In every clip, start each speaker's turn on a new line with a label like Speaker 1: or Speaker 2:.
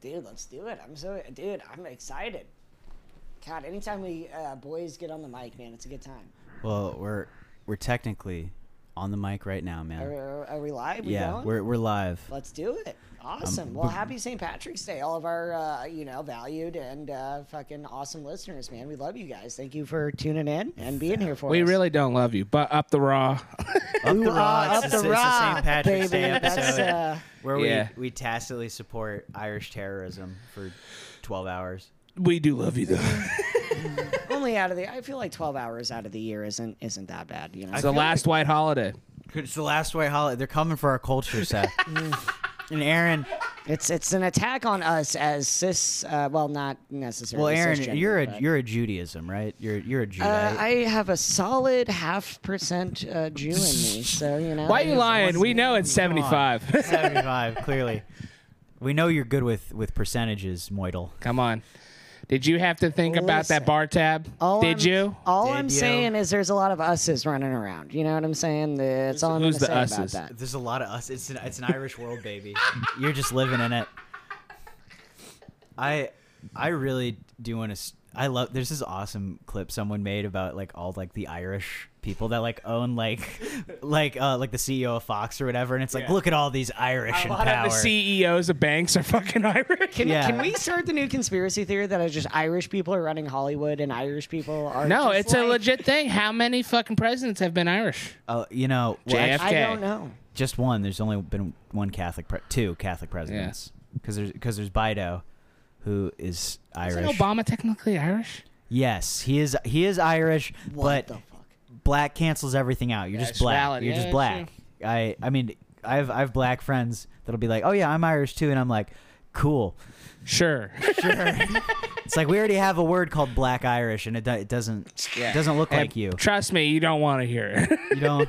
Speaker 1: dude, let's do it. I'm so, dude, I'm excited. God, anytime we uh, boys get on the mic, man, it's a good time.
Speaker 2: Well, we're we're technically on the mic right now, man.
Speaker 1: Are, are, are we live? We
Speaker 2: yeah,
Speaker 1: going?
Speaker 2: we're we're live.
Speaker 1: Let's do it. Awesome. well, happy St. Patrick's Day, all of our uh, you know valued and uh, fucking awesome listeners, man. We love you guys. Thank you for tuning in and being here for
Speaker 3: We
Speaker 1: us.
Speaker 3: really don't love you, but up the raw.
Speaker 2: Up
Speaker 1: Ooh,
Speaker 2: the
Speaker 1: uh,
Speaker 2: raw,
Speaker 1: up
Speaker 2: it's, the,
Speaker 1: the
Speaker 2: it's the
Speaker 1: raw,
Speaker 2: St. Patrick's
Speaker 1: baby.
Speaker 2: Day
Speaker 1: That's,
Speaker 2: episode
Speaker 1: uh,
Speaker 2: where
Speaker 3: Yeah.
Speaker 2: we we tacitly support Irish terrorism for 12 hours.
Speaker 3: we do love you though.
Speaker 1: only out of the. I feel like twelve hours out of the year isn't isn't that bad. You know.
Speaker 3: It's the last white holiday.
Speaker 2: It's the last white holiday. They're coming for our culture, Seth. and Aaron,
Speaker 1: It's it's an attack on us as cis. Uh, well, not necessarily.
Speaker 2: well, Aaron,
Speaker 1: cisgender,
Speaker 2: you're a
Speaker 1: but-
Speaker 2: you're a Judaism, right? You're you're a Judite.
Speaker 1: Uh, I have a solid half percent uh, Jew in me, so you know.
Speaker 3: Why are you lying? We know it's
Speaker 2: Come on.
Speaker 3: 75.
Speaker 2: 75, clearly. We know you're good with with percentages, Moidal.
Speaker 3: Come on. Did you have to think about
Speaker 1: Listen.
Speaker 3: that bar tab?
Speaker 1: All I'm-
Speaker 3: Did you?
Speaker 1: All
Speaker 2: Did
Speaker 1: I'm
Speaker 2: you?
Speaker 1: saying is there's a lot of us's running around. You know what I'm saying? That's all I'm going
Speaker 3: who's
Speaker 1: to
Speaker 3: the
Speaker 1: say about
Speaker 3: us's?
Speaker 1: that.
Speaker 2: There's a lot of us. It's an it's an Irish world, baby. You're just living in it. I I really do want to. I love. There's this awesome clip someone made about like all like the Irish people that like own like like uh like the CEO of Fox or whatever, and it's like
Speaker 3: Yeah.
Speaker 2: look at all these Irish
Speaker 3: A
Speaker 2: in
Speaker 3: lot
Speaker 2: power.
Speaker 3: of the
Speaker 1: E
Speaker 3: CEOs of banks are fucking Irish.
Speaker 1: Can,
Speaker 2: Yeah.
Speaker 1: can we start the new conspiracy theory that it's just Irish people are running Hollywood and Irish people are?
Speaker 3: No,
Speaker 1: just
Speaker 3: it's
Speaker 1: like-
Speaker 3: a legit thing. How many fucking presidents have been Irish?
Speaker 2: uh, you know, well,
Speaker 3: JFK.
Speaker 2: actually,
Speaker 1: I don't know.
Speaker 2: just one. There's only been one Catholic, pre- two Catholic presidents. Because there's because there's Bido, who is
Speaker 3: Isn't
Speaker 2: Irish.
Speaker 3: Obama technically Irish?
Speaker 2: Yes, he is. He is Irish,
Speaker 1: What
Speaker 2: but
Speaker 1: the fuck?
Speaker 2: black cancels everything out. You're
Speaker 3: it's
Speaker 2: just black.
Speaker 3: valid.
Speaker 2: You're
Speaker 3: Yeah,
Speaker 2: just black. I I mean, I've I've black friends that'll be like, oh yeah, I'm Irish too, and I'm like, cool.
Speaker 3: Sure.
Speaker 2: It's like we already have a word called black Irish, and it, do, it doesn't it doesn't look like you.
Speaker 3: Trust me, you don't want to hear it.
Speaker 2: You don't.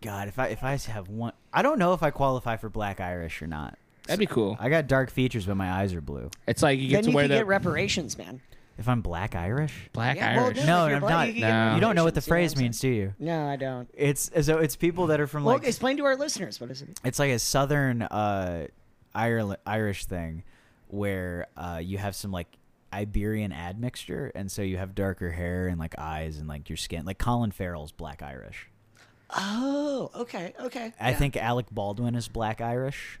Speaker 2: God, if I if I have one, I don't know if I qualify for black Irish or not.
Speaker 3: That'd be cool.
Speaker 2: I got dark features, but my eyes are blue.
Speaker 3: It's like you get
Speaker 1: Then
Speaker 3: to
Speaker 1: you
Speaker 3: wear
Speaker 1: can
Speaker 3: the
Speaker 1: get reparations, man.
Speaker 2: If I'm black Irish,
Speaker 3: black
Speaker 1: Yeah, well,
Speaker 3: Irish.
Speaker 1: no,
Speaker 2: no,
Speaker 1: if you're
Speaker 2: I'm
Speaker 1: black,
Speaker 2: not.
Speaker 1: you
Speaker 2: You,
Speaker 1: can get
Speaker 3: No.
Speaker 2: don't know what the
Speaker 1: reparations, you know what I'm saying?
Speaker 2: phrase means, do you?
Speaker 1: No, I don't.
Speaker 2: It's as though it's people that are from
Speaker 1: Well,
Speaker 2: like
Speaker 1: explain to our listeners what is it?
Speaker 2: it's like a southern uh Ireland Irish thing where uh you have some like Iberian admixture and so you have darker hair and like eyes and like your skin like Colin Farrell's black Irish.
Speaker 1: Oh, okay, okay.
Speaker 2: I
Speaker 1: yeah.
Speaker 2: think Alec Baldwin is black Irish.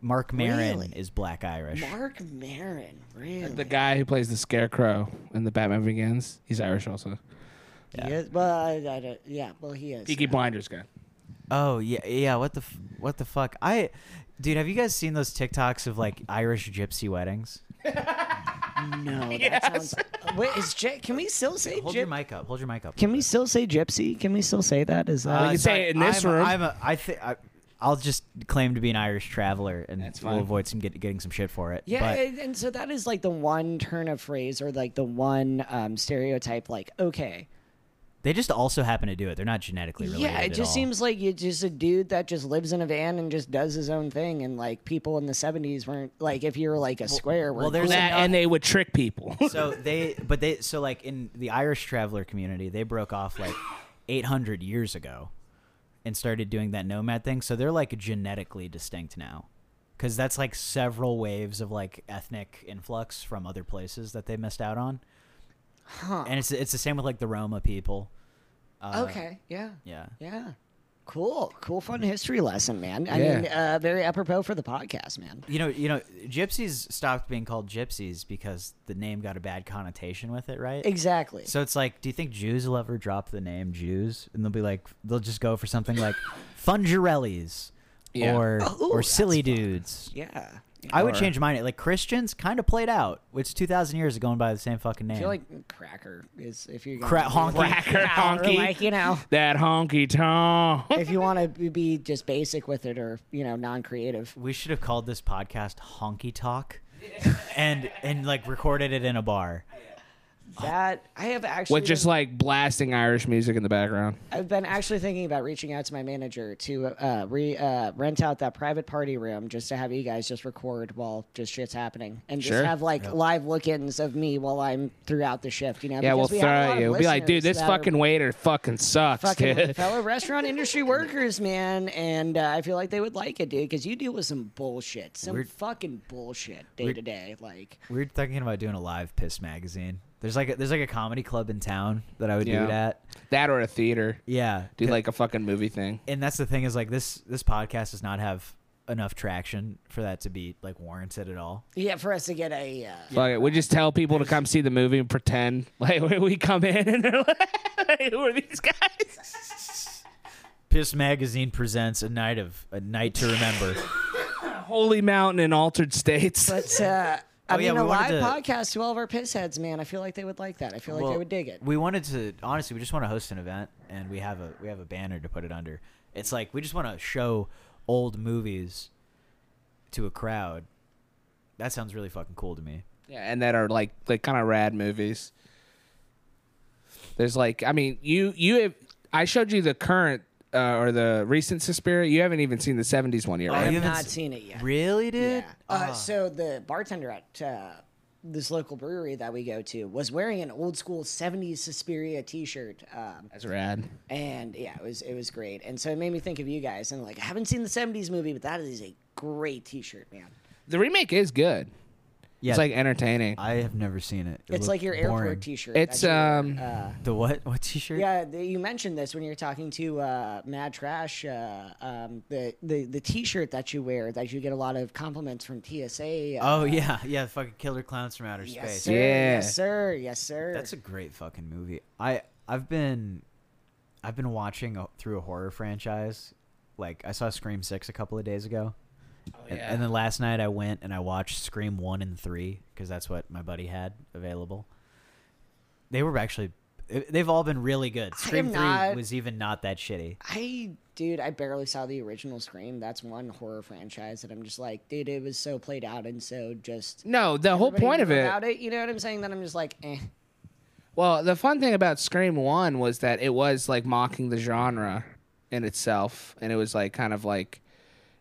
Speaker 2: Mark Maron
Speaker 1: Really?
Speaker 2: is black Irish.
Speaker 1: Mark Maron, really?
Speaker 3: The guy who plays the Scarecrow in the Batman Begins, he's Irish also.
Speaker 1: He is, well, I, I don't, yeah, well, he is.
Speaker 3: Peaky Blinders guy.
Speaker 2: oh yeah, yeah, what the f- what the fuck? I dude, have you guys seen those TikToks of like Irish gypsy weddings?
Speaker 1: No, that sounds. Wait, is Gy- Can we still say
Speaker 2: Hold your
Speaker 1: gypsy?
Speaker 2: mic up. Hold your mic up.
Speaker 1: Can we still say gypsy? Can we still say that? Is that?
Speaker 3: Uh, can say it in this
Speaker 2: I'm,
Speaker 3: room.
Speaker 2: I'm a, I think I'll just claim to be an Irish traveler, and
Speaker 3: That's
Speaker 2: we'll
Speaker 3: fine.
Speaker 2: avoid some get, getting some shit for it.
Speaker 1: Yeah,
Speaker 2: but
Speaker 1: and, and so that is like the one turn of phrase or like the one um, stereotype. Like, okay,
Speaker 2: they just also happen to do it. They're not genetically related.
Speaker 1: yeah, it
Speaker 2: at
Speaker 1: just
Speaker 2: all.
Speaker 1: seems like you just a dude that just lives in a van and just does his own thing. And like people in the '70s weren't like if you were like a square,
Speaker 2: well,
Speaker 1: well,
Speaker 2: there's
Speaker 1: there's
Speaker 2: a-
Speaker 3: That,
Speaker 2: enough-
Speaker 3: and they would trick people.
Speaker 2: So they, but they, so like in the Irish traveler community, they broke off like 800 years ago and started doing that nomad thing. So they're like genetically distinct now. Because that's like several waves of like ethnic influx from other places that they missed out on. And it's it's the same with like the Roma people.
Speaker 1: Uh,
Speaker 2: uh,
Speaker 1: okay, yeah,
Speaker 2: Yeah.
Speaker 1: yeah, cool, cool, fun history lesson, man. I
Speaker 3: Yeah.
Speaker 1: mean, uh, very apropos for the podcast, man.
Speaker 2: You know, you know, gypsies stopped being called gypsies because the name got a bad connotation with it, right?
Speaker 1: Exactly.
Speaker 2: So it's like, do you think Jews will ever drop the name Jews? And they'll be like, they'll just go for something like Fungerellis
Speaker 3: Yeah.
Speaker 2: or
Speaker 1: Oh,
Speaker 2: or
Speaker 1: that's
Speaker 2: silly dudes.
Speaker 1: yeah.
Speaker 2: I would
Speaker 3: Or-
Speaker 2: change mine. Like Christians kind of played out. It's two thousand years of going by the same fucking name.
Speaker 1: I feel like cracker is if you're gonna
Speaker 2: Cra-
Speaker 1: do
Speaker 2: honky.
Speaker 1: like-
Speaker 3: Cracker, honky.
Speaker 1: or like you know
Speaker 3: that honky tonk.
Speaker 1: if you want to be just basic with it or you know non-creative
Speaker 2: we should have called this podcast Honky Talk, and and like recorded it in a bar.
Speaker 1: That I have actually
Speaker 3: with just
Speaker 1: been-
Speaker 3: like blasting Irish music in the background.
Speaker 1: I've been actually thinking about reaching out to my manager to uh, re uh, rent out that private party room just to have you guys just record while just shit's happening and just
Speaker 3: Sure.
Speaker 1: have like live look-ins of me while I'm throughout the shift. You know,
Speaker 3: Yeah, we'll
Speaker 1: Because we
Speaker 3: throw
Speaker 1: have a lot
Speaker 3: at
Speaker 1: of
Speaker 3: you. We'll be like, dude,
Speaker 1: listeners
Speaker 3: this
Speaker 1: that are
Speaker 3: fucking waiter fucking sucks,
Speaker 1: fucking
Speaker 3: dude.
Speaker 1: fellow restaurant industry workers, man, and uh, I feel like they would like it, dude, because you deal with some bullshit, some
Speaker 2: Weird-
Speaker 1: fucking bullshit day to day, like.
Speaker 2: We were thinking about doing a live piss magazine. There's like a, there's like a comedy club in town that I would do
Speaker 3: Yeah.
Speaker 2: it at.
Speaker 3: That or a theater.
Speaker 2: Yeah,
Speaker 3: Do
Speaker 2: c-
Speaker 3: like a fucking movie thing.
Speaker 2: and that's the thing is like this this podcast does not have enough traction for that to be like warranted at all.
Speaker 1: Yeah, for us to get a uh,
Speaker 3: Fuck it. We just tell people to come see the movie and pretend like we come in and they're like, who are these guys?
Speaker 2: Piss magazine presents a night of a night to remember.
Speaker 3: Holy Mountain in altered states.
Speaker 1: But uh, I
Speaker 2: Oh, yeah,
Speaker 1: mean,
Speaker 2: we
Speaker 1: a live
Speaker 2: wanted to-
Speaker 1: podcast to all of our piss heads, man. I feel like they would like that. I feel like they
Speaker 2: Well,
Speaker 1: would dig it.
Speaker 2: We wanted to honestly, we just want to host an event, and we have a we have a banner to put it under. It's like we just want to show old movies to a crowd. That sounds really fucking cool to me.
Speaker 3: Yeah, and that are like like kind of rad movies. There's like, I mean, you you have. I showed you the current uh, or the recent Suspiria. You haven't even seen the '70s one yet,
Speaker 1: I
Speaker 3: right?
Speaker 1: have
Speaker 2: haven't
Speaker 1: not
Speaker 2: s-
Speaker 1: seen it yet.
Speaker 2: Really, dude? Ah.
Speaker 1: Yeah. Uh, so the bartender at uh, this local brewery that we go to was wearing an old school '70s Suspiria T-shirt, um,
Speaker 3: That's rad.
Speaker 1: and yeah, it was it was great. And so it made me think of you guys. And like, I haven't seen the '70s movie, but that is a great T-shirt, man.
Speaker 3: The remake is good.
Speaker 2: Yeah,
Speaker 3: It's like entertaining.
Speaker 2: I have never seen it.
Speaker 1: It's
Speaker 2: It looked
Speaker 1: like your
Speaker 2: boring.
Speaker 1: airport T-shirt.
Speaker 3: It's
Speaker 1: that you wear.
Speaker 3: um.
Speaker 2: The what? What T-shirt?
Speaker 1: Yeah, th- you mentioned this when you were talking to uh, Mad Trash. Uh, um, the the the T-shirt that you wear that you get a lot of compliments from TSA. Uh,
Speaker 2: Oh yeah, yeah. Fucking Killer Clowns from Outer
Speaker 1: yes,
Speaker 2: Space.
Speaker 1: sir.
Speaker 3: Yeah.
Speaker 1: Yes, sir. Yes, sir.
Speaker 2: That's a great fucking movie. I I've been I've been watching a, through a horror franchise. Like I saw Scream Six a couple of days ago,
Speaker 1: Oh,
Speaker 2: and, and then last night I went and I watched Scream One and Three because that's what my buddy had available. They were actually they- they've all been really good. Scream
Speaker 1: am
Speaker 2: Three
Speaker 1: not-
Speaker 2: was even not that shitty.
Speaker 1: I dude, I barely saw the original Scream. That's one horror franchise that I'm just like, dude, it was so played out and so just.
Speaker 3: no, the whole
Speaker 1: everybody
Speaker 3: point
Speaker 1: knew
Speaker 3: of it.
Speaker 1: About it, you know what I'm saying? That I'm just like, eh.
Speaker 3: Well, the fun thing about Scream One was that it was like mocking the genre in itself, and it was like kind of like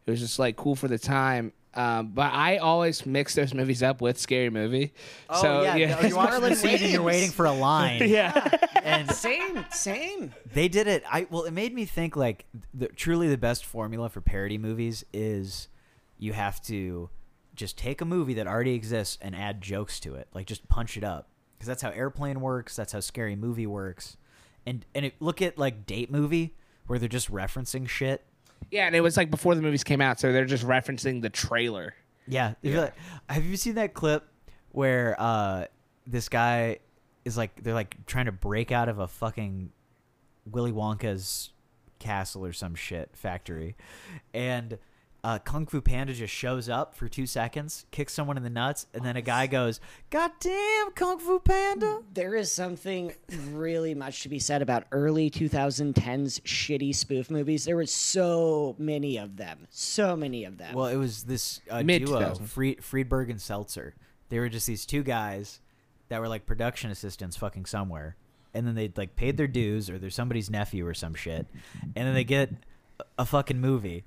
Speaker 3: it was just like cool for the time. Um, but I always mix those movies up with Scary Movie. Oh so,
Speaker 1: no,
Speaker 2: you're watching the
Speaker 1: Marlon
Speaker 2: scene and you're
Speaker 1: Wayans.
Speaker 2: waiting for a line.
Speaker 3: yeah.
Speaker 2: and
Speaker 1: Same, same.
Speaker 2: They did it. I well, it made me think like the, truly the best formula for parody movies is you have to just take a movie that already exists and add jokes to it, like just punch it up because that's how Airplane works. That's how Scary Movie works, and and it, look at like Date Movie where they're just referencing shit.
Speaker 3: Yeah, and it was like before the movies came out, so they're just referencing the trailer.
Speaker 2: Yeah. If you're like- have you seen that clip where uh, this guy is like they're like trying to break out of a fucking Willy Wonka's castle or some shit factory, and uh, Kung Fu Panda just shows up for two seconds, kicks someone in the nuts, and then a guy goes, "God damn, Kung Fu Panda!"
Speaker 1: There is something really much to be said about early 2010s shitty spoof movies. There were so many of them. So many of them.
Speaker 2: Well, it was this uh,
Speaker 3: Mid-
Speaker 2: duo,
Speaker 3: 2000s.
Speaker 2: Fried, Friedberg and Seltzer. They were just these two guys that were like production assistants fucking somewhere. And then they like paid their dues or they're somebody's nephew or some shit. And then they get a- a fucking movie.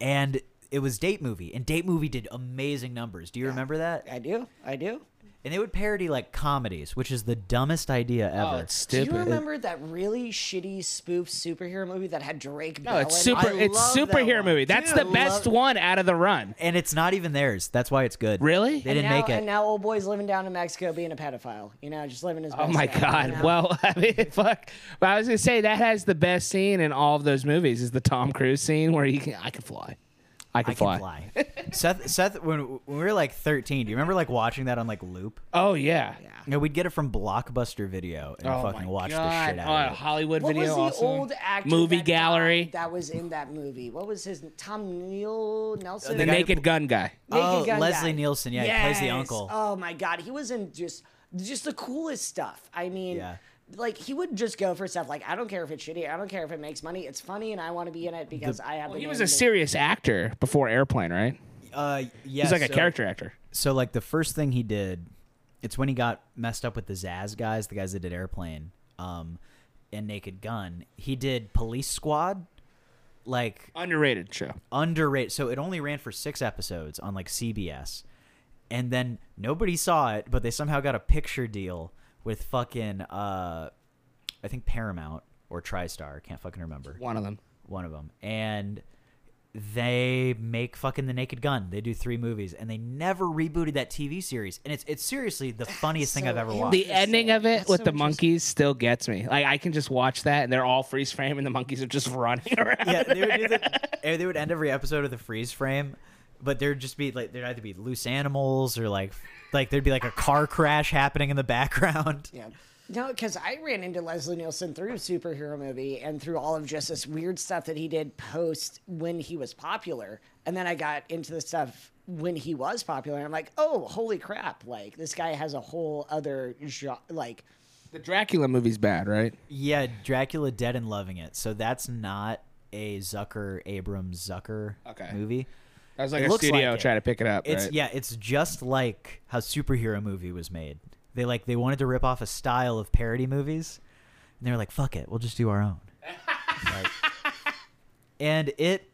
Speaker 2: And it was Date Movie. And Date Movie did amazing numbers. Do you remember that?
Speaker 1: I do. I do.
Speaker 2: And they would parody like comedies, which is the dumbest idea ever.
Speaker 1: Do you remember that really shitty spoof superhero movie that had Drake Bell?
Speaker 3: No, Oh, it's
Speaker 1: in it?
Speaker 3: super.
Speaker 1: I
Speaker 3: It's
Speaker 1: love that
Speaker 3: superhero
Speaker 1: one.
Speaker 3: movie. That's
Speaker 1: Dude,
Speaker 3: the best
Speaker 1: love-
Speaker 3: one out of the run.
Speaker 2: and it's not even theirs. That's why it's good.
Speaker 3: Really?
Speaker 2: They didn't
Speaker 1: now,
Speaker 2: make it.
Speaker 1: And now old boy's living down in Mexico being a pedophile. You know, just living his
Speaker 3: Oh
Speaker 1: best
Speaker 3: my
Speaker 1: life,
Speaker 3: god!
Speaker 1: you know?
Speaker 3: Well, I mean, fuck. But I was gonna say that has the best scene in all of those movies is the Tom Cruise scene where he can I can fly, I can,
Speaker 2: I can fly. Seth, Seth, when, when we were like 13, do you remember like watching that on like loop?
Speaker 3: Oh yeah,
Speaker 2: No, we'd get it from Blockbuster Video and
Speaker 3: Oh
Speaker 2: fucking
Speaker 3: my
Speaker 2: watch the
Speaker 3: God.
Speaker 2: shit out
Speaker 3: Oh,
Speaker 2: of it.
Speaker 3: Hollywood
Speaker 1: What was
Speaker 3: video.
Speaker 1: the
Speaker 3: also.
Speaker 1: old actor
Speaker 3: Movie
Speaker 1: that
Speaker 3: gallery.
Speaker 1: died that was in that movie? What was his Tom Neil Nelson?
Speaker 3: the
Speaker 2: guy who-
Speaker 3: Naked Gun guy.
Speaker 1: Naked
Speaker 2: Oh,
Speaker 1: Gun
Speaker 2: Leslie
Speaker 1: guy.
Speaker 2: Nielsen, yeah, he plays the
Speaker 1: Yes.
Speaker 2: uncle.
Speaker 1: Oh my god, he was in just just the coolest stuff. I mean,
Speaker 2: Yeah.
Speaker 1: like he would just go for stuff. Like I don't care if it's shitty, I don't care if it makes money. It's funny, and I want to be in it because I have. the
Speaker 3: Oh, He
Speaker 1: name
Speaker 3: was a
Speaker 1: to-
Speaker 3: serious actor before Airplane, right?
Speaker 2: Uh, yeah,
Speaker 3: He's like
Speaker 2: so-
Speaker 3: a character actor.
Speaker 2: So like the first thing he did It's when he got messed up with the Zaz guys, the guys that did Airplane, um, and Naked Gun. He did Police Squad, like
Speaker 3: Underrated show.
Speaker 2: underrated. So it only ran for six episodes on like CBS, and then nobody saw it, but they somehow got a picture deal with fucking uh, I think Paramount or TriStar. Can't fucking remember
Speaker 3: One of them.
Speaker 2: one of them, and they make fucking the Naked Gun. They do three movies, and they never rebooted that TV series. And it's it's seriously the funniest thing
Speaker 1: so
Speaker 2: I've ever
Speaker 1: interesting.
Speaker 2: watched.
Speaker 3: The ending of it
Speaker 1: That's
Speaker 3: with
Speaker 1: so
Speaker 3: the
Speaker 1: interesting.
Speaker 3: monkeys still gets me. Like I can just watch that and they're all freeze frame and the monkeys are just running around.
Speaker 2: yeah, they would, do the, eh, they would end every episode with a freeze frame, but there'd just be like there'd either be loose animals or like like there'd be like a car crash happening in the background.
Speaker 1: Yeah. No, because I ran into Leslie Nielsen through superhero movie and through all of just this weird stuff that he did post when he was popular, and then I got into the stuff when he was popular. And I'm like, oh, holy crap! Like this guy has a whole other genre. Like,
Speaker 3: The Dracula movie's bad, right?
Speaker 2: Yeah, Dracula Dead and Loving It. So that's not a Zucker Abrams Zucker
Speaker 3: Okay.
Speaker 2: movie.
Speaker 3: That was like
Speaker 2: It
Speaker 3: a
Speaker 2: looks like
Speaker 3: studio
Speaker 2: it.
Speaker 3: trying to pick it up.
Speaker 2: It's
Speaker 3: right?
Speaker 2: yeah, it's just like how superhero movie was made. They like they wanted to rip off a style of parody movies, and they were like, "Fuck it, we'll just do our own." Like, and it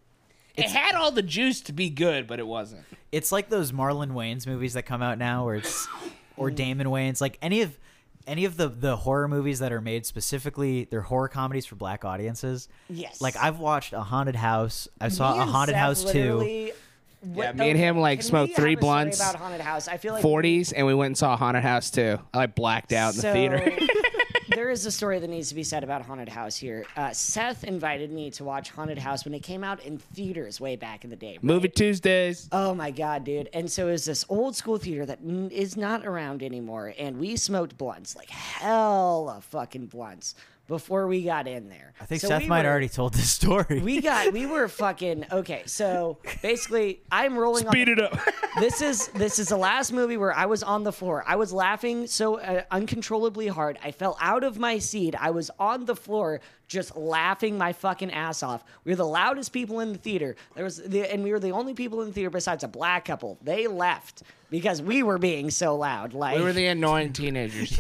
Speaker 3: It had all the juice to be good, but it wasn't.
Speaker 2: it's like those Marlon Wayans movies that come out now, where it's or Damon Wayans, like any of any of the the horror movies that are made specifically, they're horror comedies for black audiences.
Speaker 1: Yes.
Speaker 2: like I've watched a haunted house. I saw
Speaker 1: me
Speaker 2: a
Speaker 1: and
Speaker 2: haunted
Speaker 1: Seth
Speaker 2: house too.
Speaker 1: literally went
Speaker 3: me and him, like,
Speaker 1: Can
Speaker 3: smoked
Speaker 1: we
Speaker 3: three
Speaker 1: have a story
Speaker 3: blunts,
Speaker 1: about haunted house. I feel like
Speaker 3: 40s, and we went and saw Haunted House too. I like blacked out in the theater.
Speaker 1: there is a story that needs to be said about Haunted House here. Uh, Seth invited me to watch Haunted House when it came out in theaters way back in the day.
Speaker 3: Movie Tuesdays.
Speaker 1: Oh my god, dude! And so it was this old school theater that n- is not around anymore, and we smoked blunts like hell of fucking blunts before we got in there.
Speaker 2: I think Seth might already told this story.
Speaker 1: We got we were fucking okay. So basically, I'm rolling. on
Speaker 3: Speed
Speaker 1: the-
Speaker 3: it up.
Speaker 1: this is this is the last movie where I was on the floor. I was laughing so uh, uncontrollably hard. I fell out of my seat. I was on the floor just laughing my fucking ass off. We were the loudest people in the theater. There was the, and we were the only people in the theater besides a black couple. They left because we were being so loud. Like
Speaker 3: we were the annoying teenagers.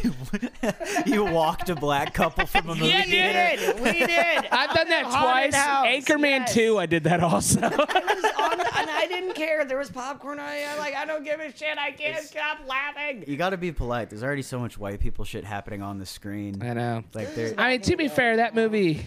Speaker 2: you walked a black couple from a movie
Speaker 1: we
Speaker 2: theater.
Speaker 1: did. We did.
Speaker 3: I've done that
Speaker 1: Haunted
Speaker 3: twice.
Speaker 1: house,
Speaker 3: Anchorman
Speaker 1: yes.
Speaker 3: 2, I did that also.
Speaker 1: was on the- and I didn't care. There was popcorn. I I, like. I don't give a shit. I can't stop laughing.
Speaker 2: You got to be polite. There's already so much white people shit happening on the screen.
Speaker 3: I know.
Speaker 2: Like there,
Speaker 3: I mean, to be fair, that movie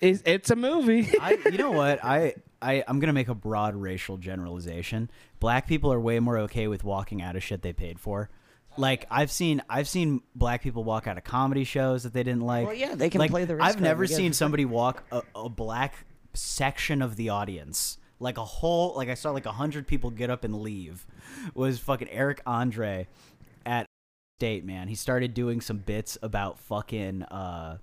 Speaker 3: is it's a movie.
Speaker 2: I, you know what? I, I, I'm gonna make a broad racial generalization. Black people are way more okay with walking out of shit they paid for. Like I've seen, I've seen black people walk out of comedy shows that they didn't like.
Speaker 1: Well, yeah, they can
Speaker 2: Like,
Speaker 1: play the risk
Speaker 2: I've
Speaker 1: card
Speaker 2: never
Speaker 1: again.
Speaker 2: seen somebody walk a, a black section of the audience. Like a whole, like I saw like a hundred people get up and leave. Was fucking Eric Andre at State man. He started doing some bits about fucking uh,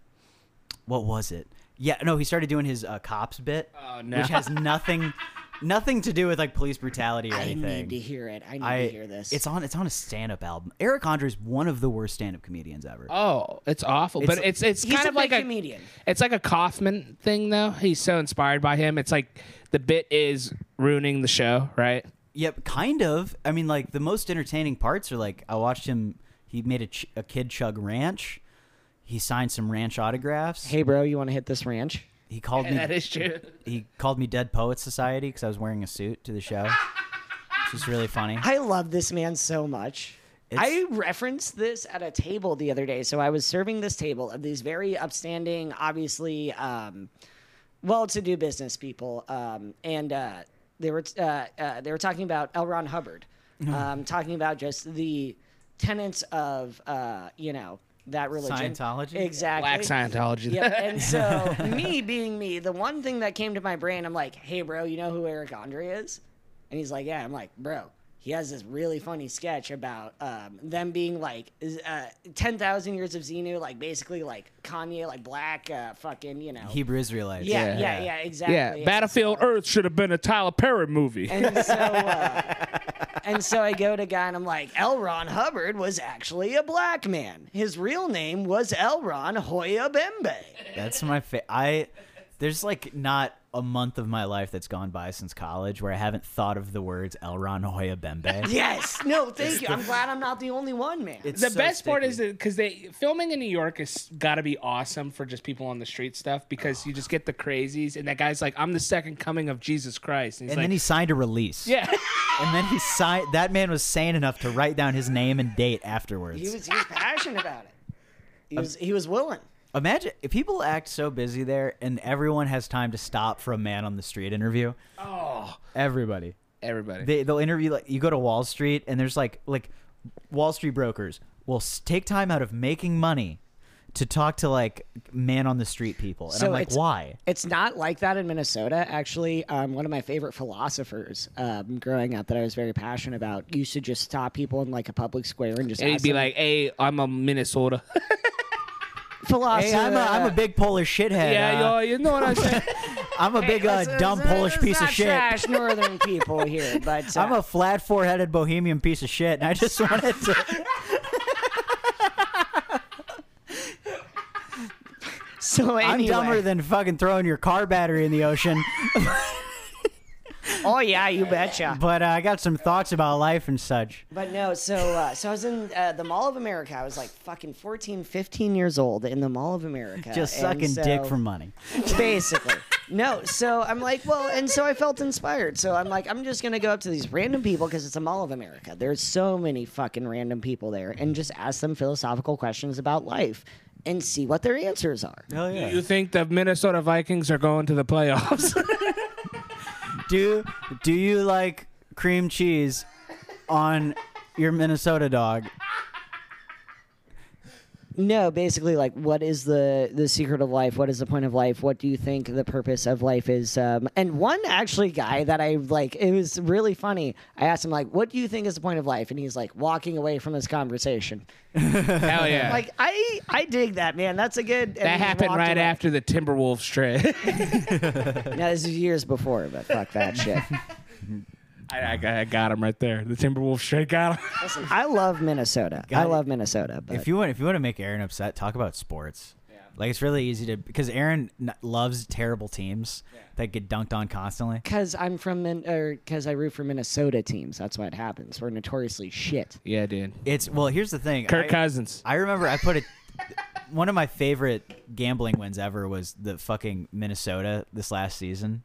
Speaker 2: what was it? Yeah, no, he started doing his uh, cops bit,
Speaker 3: Oh, no.
Speaker 2: which has nothing, nothing to do with like police brutality or
Speaker 1: I
Speaker 2: anything.
Speaker 1: need to hear it. I need
Speaker 2: I-
Speaker 1: to hear this.
Speaker 2: It's on. It's on a stand-up album. Eric Andre is one of the worst stand-up comedians ever.
Speaker 3: Oh, it's awful, but
Speaker 2: It's-
Speaker 3: it's it's
Speaker 1: he's
Speaker 3: kind
Speaker 1: a
Speaker 3: of like
Speaker 1: big
Speaker 3: a
Speaker 1: comedian.
Speaker 3: It's like a Kaufman thing, though. He's so inspired by him. It's like the bit is ruining the show, right?
Speaker 2: Yep, kind of. I mean, like the most entertaining parts are like I watched him. He made a, ch- a kid chug ranch. He signed some ranch autographs.
Speaker 1: Hey, bro, you want to hit this ranch?
Speaker 2: He called me.
Speaker 3: That is true.
Speaker 2: he called me Dead Poet Society because I was wearing a suit to the show, which is really funny.
Speaker 1: I love this man so much. I
Speaker 2: It's-
Speaker 1: referenced this at a table the other day. So I was serving this table of these very upstanding, obviously, um, well-to-do business people, um, and uh, they were uh, uh, they were talking about L. Ron Hubbard,
Speaker 2: Mm-hmm.
Speaker 1: um, talking about just the tenets of uh, you know that religion,
Speaker 2: Scientology?
Speaker 1: exactly,
Speaker 3: Black Scientology.
Speaker 1: Yep. And so, me being me, the one thing that came to my brain, I'm like, hey, bro, you know who Eric Andre is? And he's like, yeah. I'm like, bro, he has this really funny sketch about um, them being like is- uh, 10,000 years of Xenu, like basically like Kanye, like black, uh, fucking, you know.
Speaker 2: Hebrew Israelites.
Speaker 1: yeah, yeah, yeah,
Speaker 2: yeah.
Speaker 1: exactly.
Speaker 3: yeah,
Speaker 1: And
Speaker 3: Battlefield Earth should have been a Tyler Perry movie.
Speaker 1: and so, uh, and so I go to guy and I'm like, L. Ron Hubbard was actually a black man. His real name was L. Ron Hoya Bembe.
Speaker 2: That's my fa- I There's like not a month of my life that's gone by since college where I haven't thought of the words Elron Hoya Bembe.
Speaker 1: Yes. No, thank you. I'm glad I'm not the only one, man.
Speaker 2: It's
Speaker 3: the
Speaker 2: so
Speaker 3: best part
Speaker 2: sticky.
Speaker 3: is that because they filming in New York has got to be awesome for just people on the street stuff because you just get the crazies and that guy's like, "I'm the second coming of Jesus Christ," and he's
Speaker 2: and
Speaker 3: like,
Speaker 2: then he signed a release.
Speaker 3: "Yeah,
Speaker 2: And then he signed. That man was sane enough to write down his name and date afterwards.
Speaker 1: he was he was passionate about it. He was he was willing.
Speaker 2: Imagine if people act so busy there, and everyone has time to stop for a man on the street interview. Oh, everybody.
Speaker 3: everybody."
Speaker 2: They they'll interview like you go to Wall Street, and there's like like Wall Street brokers will s- take time out of making money to talk to like man on the street people, and
Speaker 1: So
Speaker 2: I'm like,
Speaker 1: it's-
Speaker 2: why?
Speaker 1: It's not like that in Minnesota. Actually, um, one of my favorite philosophers um, growing up that I was very passionate about used to just stop people in like a public square and just
Speaker 3: and
Speaker 1: ask
Speaker 3: he'd be
Speaker 1: them,
Speaker 3: like, "Hey, I'm a Minnesota."
Speaker 1: philosophy.
Speaker 2: Hey, I'm a I'm a big Polish shithead.
Speaker 3: yeah,
Speaker 2: uh,
Speaker 3: yo, you know what I'm saying?
Speaker 2: I'm a big uh, dumb Polish piece of shit.
Speaker 1: Trash northern people here, but uh,
Speaker 2: I'm a flat four-headed bohemian piece of shit, and I just wanted to.
Speaker 1: so
Speaker 2: I'm
Speaker 1: anyway.
Speaker 2: dumber than fucking throwing your car battery in the ocean.
Speaker 1: oh yeah, you betcha.
Speaker 2: but uh, I got some thoughts about life and such.
Speaker 1: But no, so uh, so I was in uh, the Mall of America. I was like fucking 14, 15 years old in the Mall of America.
Speaker 2: Just
Speaker 1: Uh, and
Speaker 2: sucking dick
Speaker 1: so-
Speaker 2: for money.
Speaker 1: basically. No, so I'm like, well, and so I felt inspired. So I'm like, I'm just gonna go up to these random people because it's a Mall of America. There's so many fucking random people there, and just ask them philosophical questions about life and see what their answers are.
Speaker 2: Hell
Speaker 3: you think the Minnesota Vikings are going to the playoffs?
Speaker 2: Do do you like cream cheese on your Minnesota dog?
Speaker 1: No, basically, like, what is the the secret of life? What is the point of life? What do you think the purpose of life is? Um, and one actually guy that I like, it was really funny. I asked him like, what do you think is the point of life? And he's like, walking away from this conversation.
Speaker 3: Hell yeah!
Speaker 1: Like, I I dig that man. That's a good. and
Speaker 3: that
Speaker 1: he
Speaker 3: happened
Speaker 1: walked
Speaker 3: right
Speaker 1: away.
Speaker 3: after the Timberwolves trade.
Speaker 1: No, this is years before, but fuck that shit.
Speaker 3: I, I, I got him right there. The Timberwolves trade got him.
Speaker 1: Listen, I love Minnesota. I
Speaker 2: it.
Speaker 1: love Minnesota, but
Speaker 2: If you want, if you want to make Aaron upset, talk about sports. Like it's really easy to because Aaron n- loves terrible teams that get dunked on constantly.
Speaker 1: because I'm from Min- or because I root for Minnesota teams, that's why it happens. We're notoriously shit.
Speaker 3: Yeah, dude.
Speaker 2: It's well, here's the thing.
Speaker 3: Kirk
Speaker 2: I-
Speaker 3: Cousins.
Speaker 2: I remember I put a one of my favorite gambling wins ever was the fucking Minnesota this last season.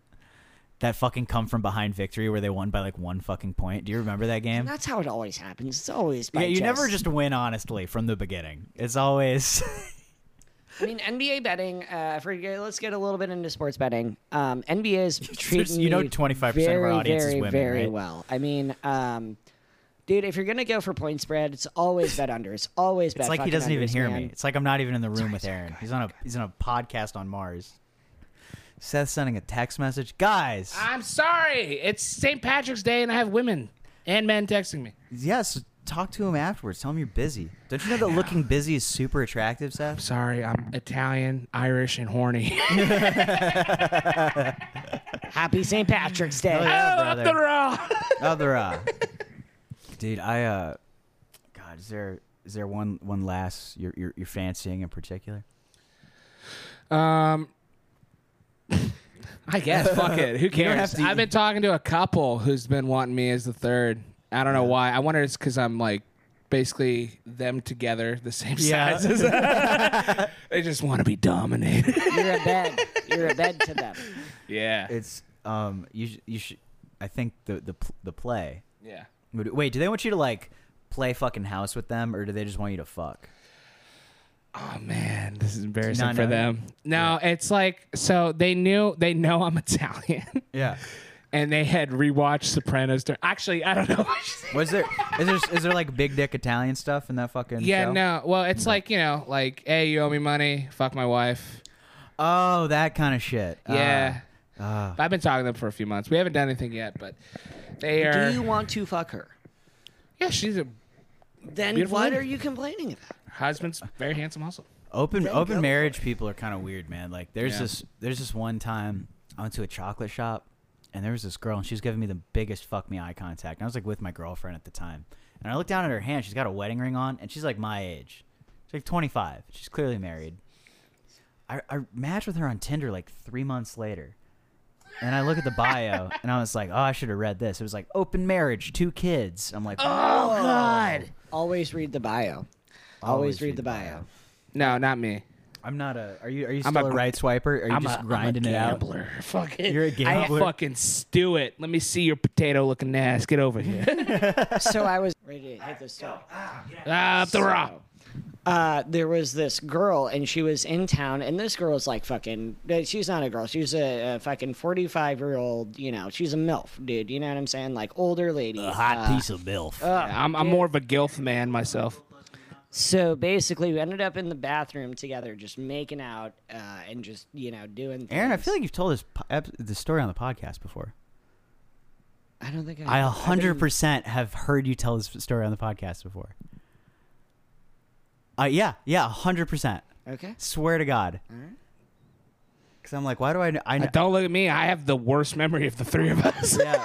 Speaker 2: That fucking come from behind victory where they won by like one fucking point. Do you remember that game?
Speaker 1: And that's how it always happens. It's always by
Speaker 2: Yeah, you
Speaker 1: chance.
Speaker 2: never just win honestly from the beginning. It's always
Speaker 1: I mean, NBA betting. Uh, for let's get a little bit into sports betting. Um, NBA is treating
Speaker 2: you know
Speaker 1: me
Speaker 2: 25% of our
Speaker 1: very,
Speaker 2: audience is
Speaker 1: very,
Speaker 2: women,
Speaker 1: very
Speaker 2: right?
Speaker 1: well. I mean, um, dude, if you're gonna go for point spread, it's always bet unders. Always bet.
Speaker 2: it's like he
Speaker 1: fucking
Speaker 2: doesn't even
Speaker 1: unders,
Speaker 2: hear
Speaker 1: man.
Speaker 2: me. It's like I'm not even in the room with Aaron. He's on a he's on a podcast on Mars. Seth sending a text message. Guys,
Speaker 3: I'm sorry. It's St. Patrick's Day, and I have women and men texting me.
Speaker 2: yes, talk to him afterwards. Tell him you're busy. Don't you know that looking busy is super attractive, Seth?
Speaker 3: Sorry, I'm Italian, Irish, and horny.
Speaker 1: Happy St. Patrick's Day.
Speaker 2: yeah, brother.
Speaker 3: raw.
Speaker 2: Other uh Dude, I uh God, is there is there one one last you're you're, you're fancying in particular?
Speaker 3: Um, I guess. Fuck it. Who cares?
Speaker 2: have to-
Speaker 3: I've been talking to a couple who's been wanting me as the third. I don't know why. I wonder if it's because I'm like basically them together, the same
Speaker 2: Yeah.
Speaker 3: size. as- they just want to be dominated.
Speaker 1: You're a bed. You're a bed to them.
Speaker 3: yeah.
Speaker 2: It's um you sh- you should I think the the pl- the play.
Speaker 3: yeah.
Speaker 2: would- Wait, do they want you to like play fucking house with them or do they just want you to fuck?
Speaker 3: Oh man, this is embarrassing
Speaker 2: not
Speaker 3: for
Speaker 2: know?
Speaker 3: them. No, it's like so they knew they know I'm Italian.
Speaker 2: Yeah.
Speaker 3: and they had rewatched Sopranos. During, actually, I don't know. why I should say-
Speaker 2: Was there is there is there like big dick Italian stuff in that fucking
Speaker 3: yeah,
Speaker 2: show?
Speaker 3: no. Well, it's like you know, like hey, you owe me money. Fuck my wife.
Speaker 2: Oh, that kind of shit.
Speaker 3: Yeah.
Speaker 2: Uh, ah.
Speaker 3: I've been talking to them for a few months. We haven't done anything yet, but they are.
Speaker 1: Do you want to fuck her?
Speaker 3: yeah, she's a
Speaker 1: Then
Speaker 3: Beautiful
Speaker 1: what
Speaker 3: lady.
Speaker 1: are you complaining about?
Speaker 3: her husband's very handsome, also.
Speaker 2: open
Speaker 1: Then go
Speaker 2: open
Speaker 1: for
Speaker 2: marriage people are kind of weird man like there's
Speaker 3: Yeah.
Speaker 2: this there's this one time i went to a chocolate shop and there was this girl and she was giving me the biggest fuck me eye contact and i was like with my girlfriend at the time and i looked down at her hand she's got a wedding ring on and she's like my age she's like 25 she's clearly married I, I matched with her on Tinder like three months later. And I look at the bio and I was like, oh, I should have read this. It was like, open marriage, two kids. I'm like,
Speaker 3: Oh God!
Speaker 1: Always read the bio. Always, read, the bio.
Speaker 3: No, not me.
Speaker 2: I'm not a. Are you? Are you
Speaker 3: I'm
Speaker 2: still a,
Speaker 3: a gr-
Speaker 2: right swiper? Are you
Speaker 3: I'm
Speaker 2: just
Speaker 3: a,
Speaker 2: grinding
Speaker 3: I'm a
Speaker 2: it out?
Speaker 3: gambler. Fuck it.
Speaker 2: You're a gambler.
Speaker 3: I fucking stew it. Let me see your potato-looking ass. Get over here.
Speaker 1: so I was ready to hit the stop.
Speaker 3: Ah, up the rock.
Speaker 1: uh, there was this girl and she was in town and this girl was like fucking uh, she's not a girl she's a, a fucking 45 year old you know she's a milf dude you know what i'm saying like older lady Uh,
Speaker 2: piece of milf.
Speaker 3: I'm, I'm more of a gilf man myself.
Speaker 1: so basically we ended up in the bathroom together just making out uh, and just you know doing things.
Speaker 2: Aaron, I feel like you've told this po- ep- the story on the podcast before.
Speaker 1: i don't think i,
Speaker 2: I a
Speaker 1: I've
Speaker 2: hundred
Speaker 1: been-
Speaker 2: percent have heard you tell this story on the podcast before. Uh, yeah, yeah, a hundred percent.
Speaker 1: okay
Speaker 2: Swear to God. Because I'm like, why do I? kn- I know.
Speaker 3: Don't look at me. I have the worst memory of the three of us.
Speaker 2: yeah.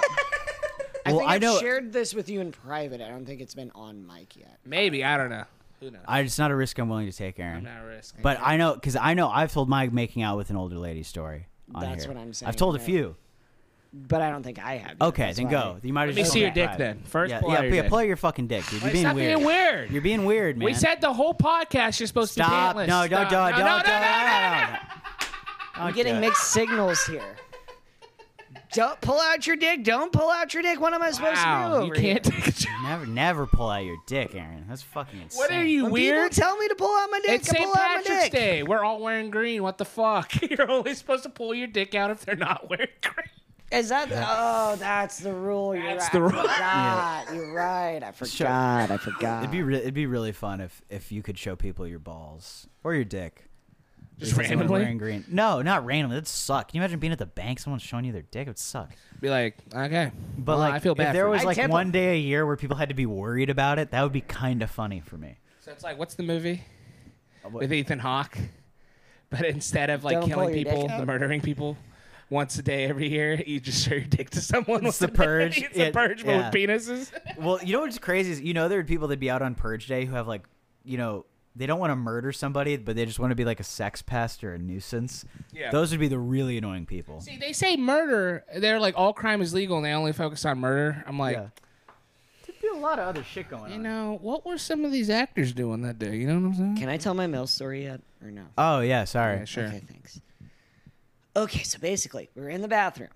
Speaker 1: I
Speaker 2: well,
Speaker 1: think
Speaker 2: I
Speaker 1: I've
Speaker 2: know.
Speaker 1: shared this with you in private. I don't think it's been on mic yet.
Speaker 3: Maybe I don't know. Who knows?
Speaker 2: I, it's not a risk I'm willing to take, Aaron.
Speaker 3: Not risk.
Speaker 2: But I know because I know I've told my making out with an older lady story. On
Speaker 1: That's
Speaker 2: here.
Speaker 1: what I'm
Speaker 2: I've
Speaker 1: saying,
Speaker 2: told a
Speaker 1: right?
Speaker 2: few.
Speaker 1: But I don't think I have. yet.
Speaker 2: Okay,
Speaker 1: That's
Speaker 2: then
Speaker 1: why-
Speaker 2: go. You might have
Speaker 3: me
Speaker 2: just
Speaker 3: see
Speaker 2: told
Speaker 3: your
Speaker 2: me
Speaker 3: dick
Speaker 2: that.
Speaker 3: then. First,
Speaker 2: yeah,
Speaker 3: pull out
Speaker 2: yeah,
Speaker 3: your
Speaker 2: yeah,
Speaker 3: dick.
Speaker 2: pull out your fucking dick. Dude. You're being
Speaker 3: Stop
Speaker 2: weird.
Speaker 3: being weird.
Speaker 2: You're being weird, man.
Speaker 3: we said the whole podcast. You're supposed
Speaker 2: stop.
Speaker 3: to be pantless.
Speaker 2: No, don't,
Speaker 3: Stop.
Speaker 2: don't,
Speaker 3: No,
Speaker 2: don't,
Speaker 3: no,
Speaker 2: don't,
Speaker 3: no, no, no, no.
Speaker 2: don't,
Speaker 1: I'm getting mixed signals here. Don't pull out your dick. Don't pull out your dick. What am I supposed to do?
Speaker 3: Wow, you
Speaker 1: over
Speaker 3: can't
Speaker 1: here?
Speaker 3: take a job.
Speaker 2: Never, never pull out your dick, Aaron. That's fucking insane.
Speaker 3: What are you
Speaker 1: When
Speaker 3: weird?
Speaker 1: People tell me to pull out my dick.
Speaker 3: It's
Speaker 1: I pull
Speaker 3: St.
Speaker 1: out my
Speaker 3: Patrick's
Speaker 1: dick.
Speaker 3: Day. We're all wearing green. What the fuck? You're only supposed to pull your dick out if they're not wearing green.
Speaker 1: Is that? Oh, that's the rule. You're
Speaker 3: That's
Speaker 1: right.
Speaker 3: the
Speaker 1: I
Speaker 3: rule.
Speaker 1: forgot. You're right. I forgot. I forgot.
Speaker 2: It'd be re- it'd be really fun if if you could show people your balls or your dick.
Speaker 3: Just
Speaker 2: If someone
Speaker 3: randomly.
Speaker 2: wearing green. No, not randomly. That'd suck. Can you imagine being at the bank, someone showing you their dick? It would suck.
Speaker 3: Be like, okay.
Speaker 2: But like,
Speaker 3: I feel bad.
Speaker 2: if there
Speaker 3: for
Speaker 2: was
Speaker 3: you.
Speaker 2: like
Speaker 1: temp-
Speaker 2: one day a year where people had to be worried about it, that would be kind of funny for me.
Speaker 3: so it's like, what's the movie
Speaker 2: what-
Speaker 3: with Ethan Hawke? But instead of like
Speaker 1: Don't
Speaker 3: killing
Speaker 1: pull your dick
Speaker 3: people,
Speaker 1: out.
Speaker 3: murdering people once a day every year, you just show your dick to someone.
Speaker 2: It's
Speaker 3: once
Speaker 2: the
Speaker 3: a day.
Speaker 2: purge.
Speaker 3: it's the
Speaker 2: It-
Speaker 3: purge, but
Speaker 2: yeah.
Speaker 3: with penises.
Speaker 2: Well, you know what's crazy is you know there are people that'd be out on purge day who have like, you know, they don't want to murder somebody, but they just want to be like a sex pest or a nuisance.
Speaker 3: Yeah.
Speaker 2: Those would be the really annoying people.
Speaker 3: See, they say murder. They're like all crime is legal, and they only focus on murder. I'm like,
Speaker 2: yeah. There'd be a lot of other shit going
Speaker 3: you
Speaker 2: on.
Speaker 3: know, what were some of these actors doing that day? You know what I'm saying?
Speaker 1: Can I tell my mail story yet or no?
Speaker 2: Oh yeah, sorry.
Speaker 3: Yeah, sure.
Speaker 1: Okay, thanks. Okay, so basically, we were in the bathroom.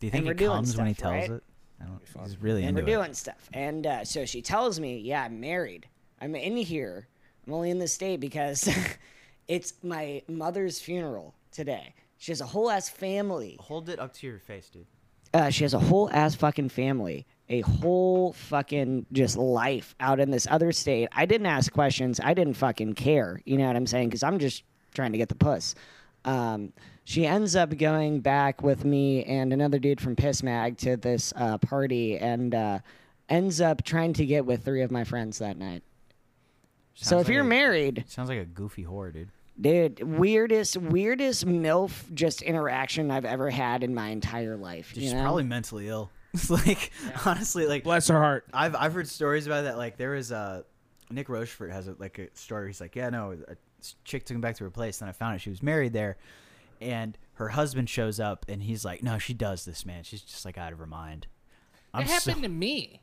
Speaker 2: Do you think
Speaker 1: And we're
Speaker 2: it
Speaker 1: doing
Speaker 2: comes when he
Speaker 1: stuff,
Speaker 2: tells
Speaker 1: right?
Speaker 2: it? I don't. He's really
Speaker 1: and
Speaker 2: into
Speaker 1: we're
Speaker 2: it.
Speaker 1: doing stuff. And uh, so she tells me, "Yeah, I'm married. I'm in here. I'm only in this state because it's my mother's funeral today. She has a whole ass family.
Speaker 2: Hold it up to your face, dude.
Speaker 1: Uh, she has a whole ass fucking family, a whole fucking just life out in this other state. I didn't ask questions. I didn't fucking care. You know what I'm saying? Because I'm just trying to get the puss. Um, she ends up going back with me and another dude from Piss Mag to this uh, party and uh, ends up trying to get with three of my friends that night. so
Speaker 2: Sounds
Speaker 1: if you're
Speaker 2: like a-
Speaker 1: married,
Speaker 2: Sounds like a goofy whore, dude.
Speaker 1: dude, weirdest, weirdest MILF just interaction I've ever had in my entire life.
Speaker 2: She's
Speaker 1: you know?
Speaker 2: probably mentally ill. It's like honestly, like
Speaker 3: Bless her heart.
Speaker 2: I've I've heard stories about that. Like there was uh, Nick Rochefort has a, like a story. He's like, yeah, no, a chick took him back to her place, and I found out she was married there, and her husband shows up, and he's like, no, she does this, man. She's just like out of her mind. I'm
Speaker 3: it
Speaker 2: so,
Speaker 3: happened to me.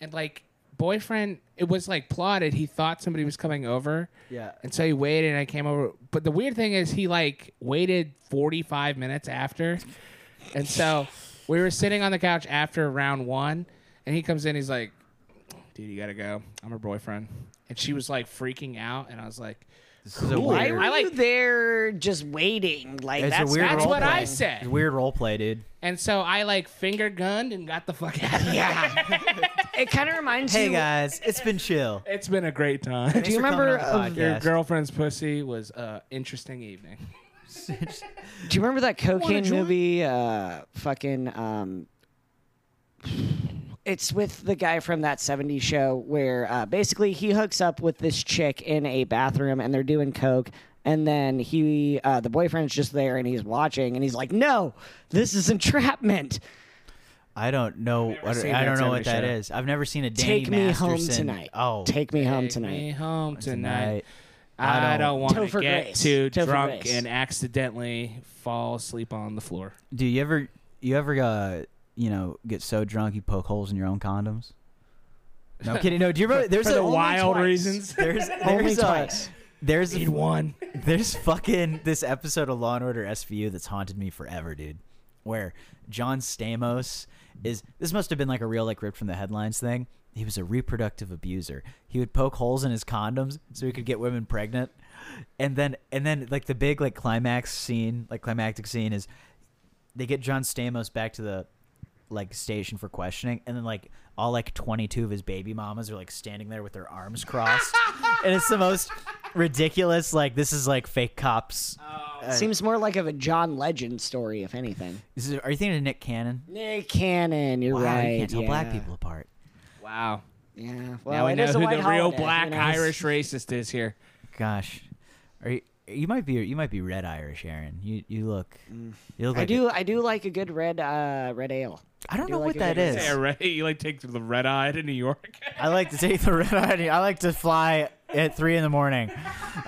Speaker 3: And like boyfriend, it was like plotted. He thought somebody was coming over.
Speaker 2: Yeah.
Speaker 3: And so he waited, and I came over. But the weird thing is, he like waited 45 minutes after. And so we were sitting on the couch after round one, and he comes in. He's like, "Dude, you gotta go. I'm her boyfriend." And she was like freaking out, and I was like,
Speaker 2: this is a
Speaker 3: Cool.
Speaker 1: Why
Speaker 2: weird-
Speaker 1: were
Speaker 3: I like-
Speaker 1: you there just waiting? Like
Speaker 2: It's a
Speaker 1: that's
Speaker 2: weird
Speaker 3: that's
Speaker 2: role
Speaker 3: what
Speaker 2: play.
Speaker 3: I said.
Speaker 2: It's a weird role play, dude.
Speaker 3: And so I like finger gunned and got the fuck out of there.
Speaker 1: Yeah. it kind of reminds
Speaker 2: Hey
Speaker 1: you.
Speaker 2: guys, it's been chill.
Speaker 3: It's been a great time.
Speaker 1: Do you
Speaker 2: Thanks for
Speaker 1: remember?
Speaker 2: coming on
Speaker 1: Of, do
Speaker 2: the
Speaker 3: Your
Speaker 2: Yes.
Speaker 3: girlfriend's pussy was uh, interesting evening.
Speaker 1: you remember that cocaine
Speaker 3: join?
Speaker 1: movie? Uh, fucking. Um, it's with the guy from that '70s show where uh, basically he hooks up with this chick in a bathroom and they're doing coke. And then he, uh, the boyfriend's just there and he's watching and he's like, "No, this is entrapment.
Speaker 2: I don't know. I don't,
Speaker 3: seen
Speaker 2: I
Speaker 3: that
Speaker 2: don't know what
Speaker 3: Saturday
Speaker 2: that
Speaker 3: show.
Speaker 2: is. I've never seen a Danny
Speaker 1: Take me home
Speaker 2: Masterson-
Speaker 1: tonight.
Speaker 2: Oh,
Speaker 1: take me home
Speaker 3: Take
Speaker 1: tonight."
Speaker 3: me home tonight.
Speaker 2: tonight.
Speaker 3: I don't want to
Speaker 1: Topher
Speaker 3: get
Speaker 1: Grace.
Speaker 3: too
Speaker 1: Topher
Speaker 3: drunk
Speaker 1: Grace.
Speaker 3: and accidentally fall asleep on the floor.
Speaker 2: Do you ever you ever uh you know get so drunk you poke holes in your own condoms? No I'm kidding. No, do you remember? There's
Speaker 3: For
Speaker 2: a
Speaker 3: the wild
Speaker 1: twice.
Speaker 3: reasons.
Speaker 2: There's
Speaker 1: Only
Speaker 2: there's a,
Speaker 1: twice.
Speaker 2: there's
Speaker 3: Need one.
Speaker 2: there's fucking this episode of Law and Order SVU that's haunted me forever, dude. Where John Stamos is this must have been like a real like ripped from the headlines thing. He was a reproductive abuser. He would poke holes in his condoms so he could get women pregnant. And then and then like the big like climax scene, like climactic scene is they get John Stamos back to the like station for questioning and then like all like 22 of his baby mamas are like standing there with their arms crossed and it's the most ridiculous like this is like fake cops
Speaker 1: Seems more like of a John Legend story, if anything.
Speaker 2: This is- are you thinking of nick cannon
Speaker 1: Nick Cannon, you're
Speaker 2: wow
Speaker 1: right.
Speaker 2: you can't tell
Speaker 1: yeah.
Speaker 2: black people apart
Speaker 3: Wow.
Speaker 1: Yeah.
Speaker 3: now
Speaker 1: Well,
Speaker 3: we
Speaker 1: it
Speaker 3: know
Speaker 1: is
Speaker 3: who
Speaker 1: a
Speaker 3: the
Speaker 1: white
Speaker 3: real
Speaker 1: holiday,
Speaker 3: black
Speaker 1: you know?
Speaker 3: Irish racist is here.
Speaker 2: gosh are you you might be you might be red irish aaron you you look you
Speaker 1: Mm.
Speaker 2: look
Speaker 1: I
Speaker 2: like
Speaker 1: do. I do like a good red, uh, red ale.
Speaker 2: I i don't
Speaker 1: do
Speaker 2: know
Speaker 1: like
Speaker 2: what
Speaker 1: a
Speaker 2: that
Speaker 1: good-
Speaker 2: is
Speaker 3: Yeah, right. You like take the red eye to New York.
Speaker 2: I like to take the red eye. I like to fly at three in the morning.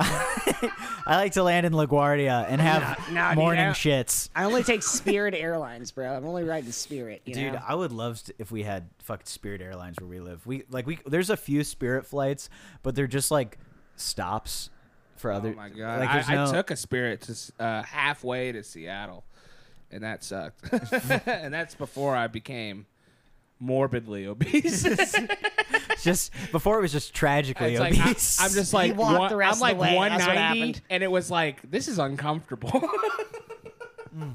Speaker 2: I like to land in LaGuardia and have
Speaker 1: Nah, nah, dude,
Speaker 2: morning
Speaker 1: I-
Speaker 2: shits.
Speaker 1: I only take Spirit Airlines, bro. I'm only riding Spirit. You
Speaker 2: Dude,
Speaker 1: know?
Speaker 2: I would love to, if we had fucked Spirit Airlines where we live. We like we there's a few Spirit flights, but they're just like stops for other.
Speaker 3: Oh my god!
Speaker 2: Like, there's
Speaker 3: I,
Speaker 2: no,
Speaker 3: I took a Spirit to s- uh, halfway to Seattle, and that sucked. and that's before I became morbidly obese. it's
Speaker 2: just before it was just tragically
Speaker 3: like I,
Speaker 2: obese.
Speaker 3: I'm just like
Speaker 1: He walked
Speaker 3: one,
Speaker 1: the rest
Speaker 3: I'm
Speaker 1: of
Speaker 3: like
Speaker 1: the way, that's what
Speaker 3: 190,
Speaker 1: happened.
Speaker 3: and it was like this is uncomfortable.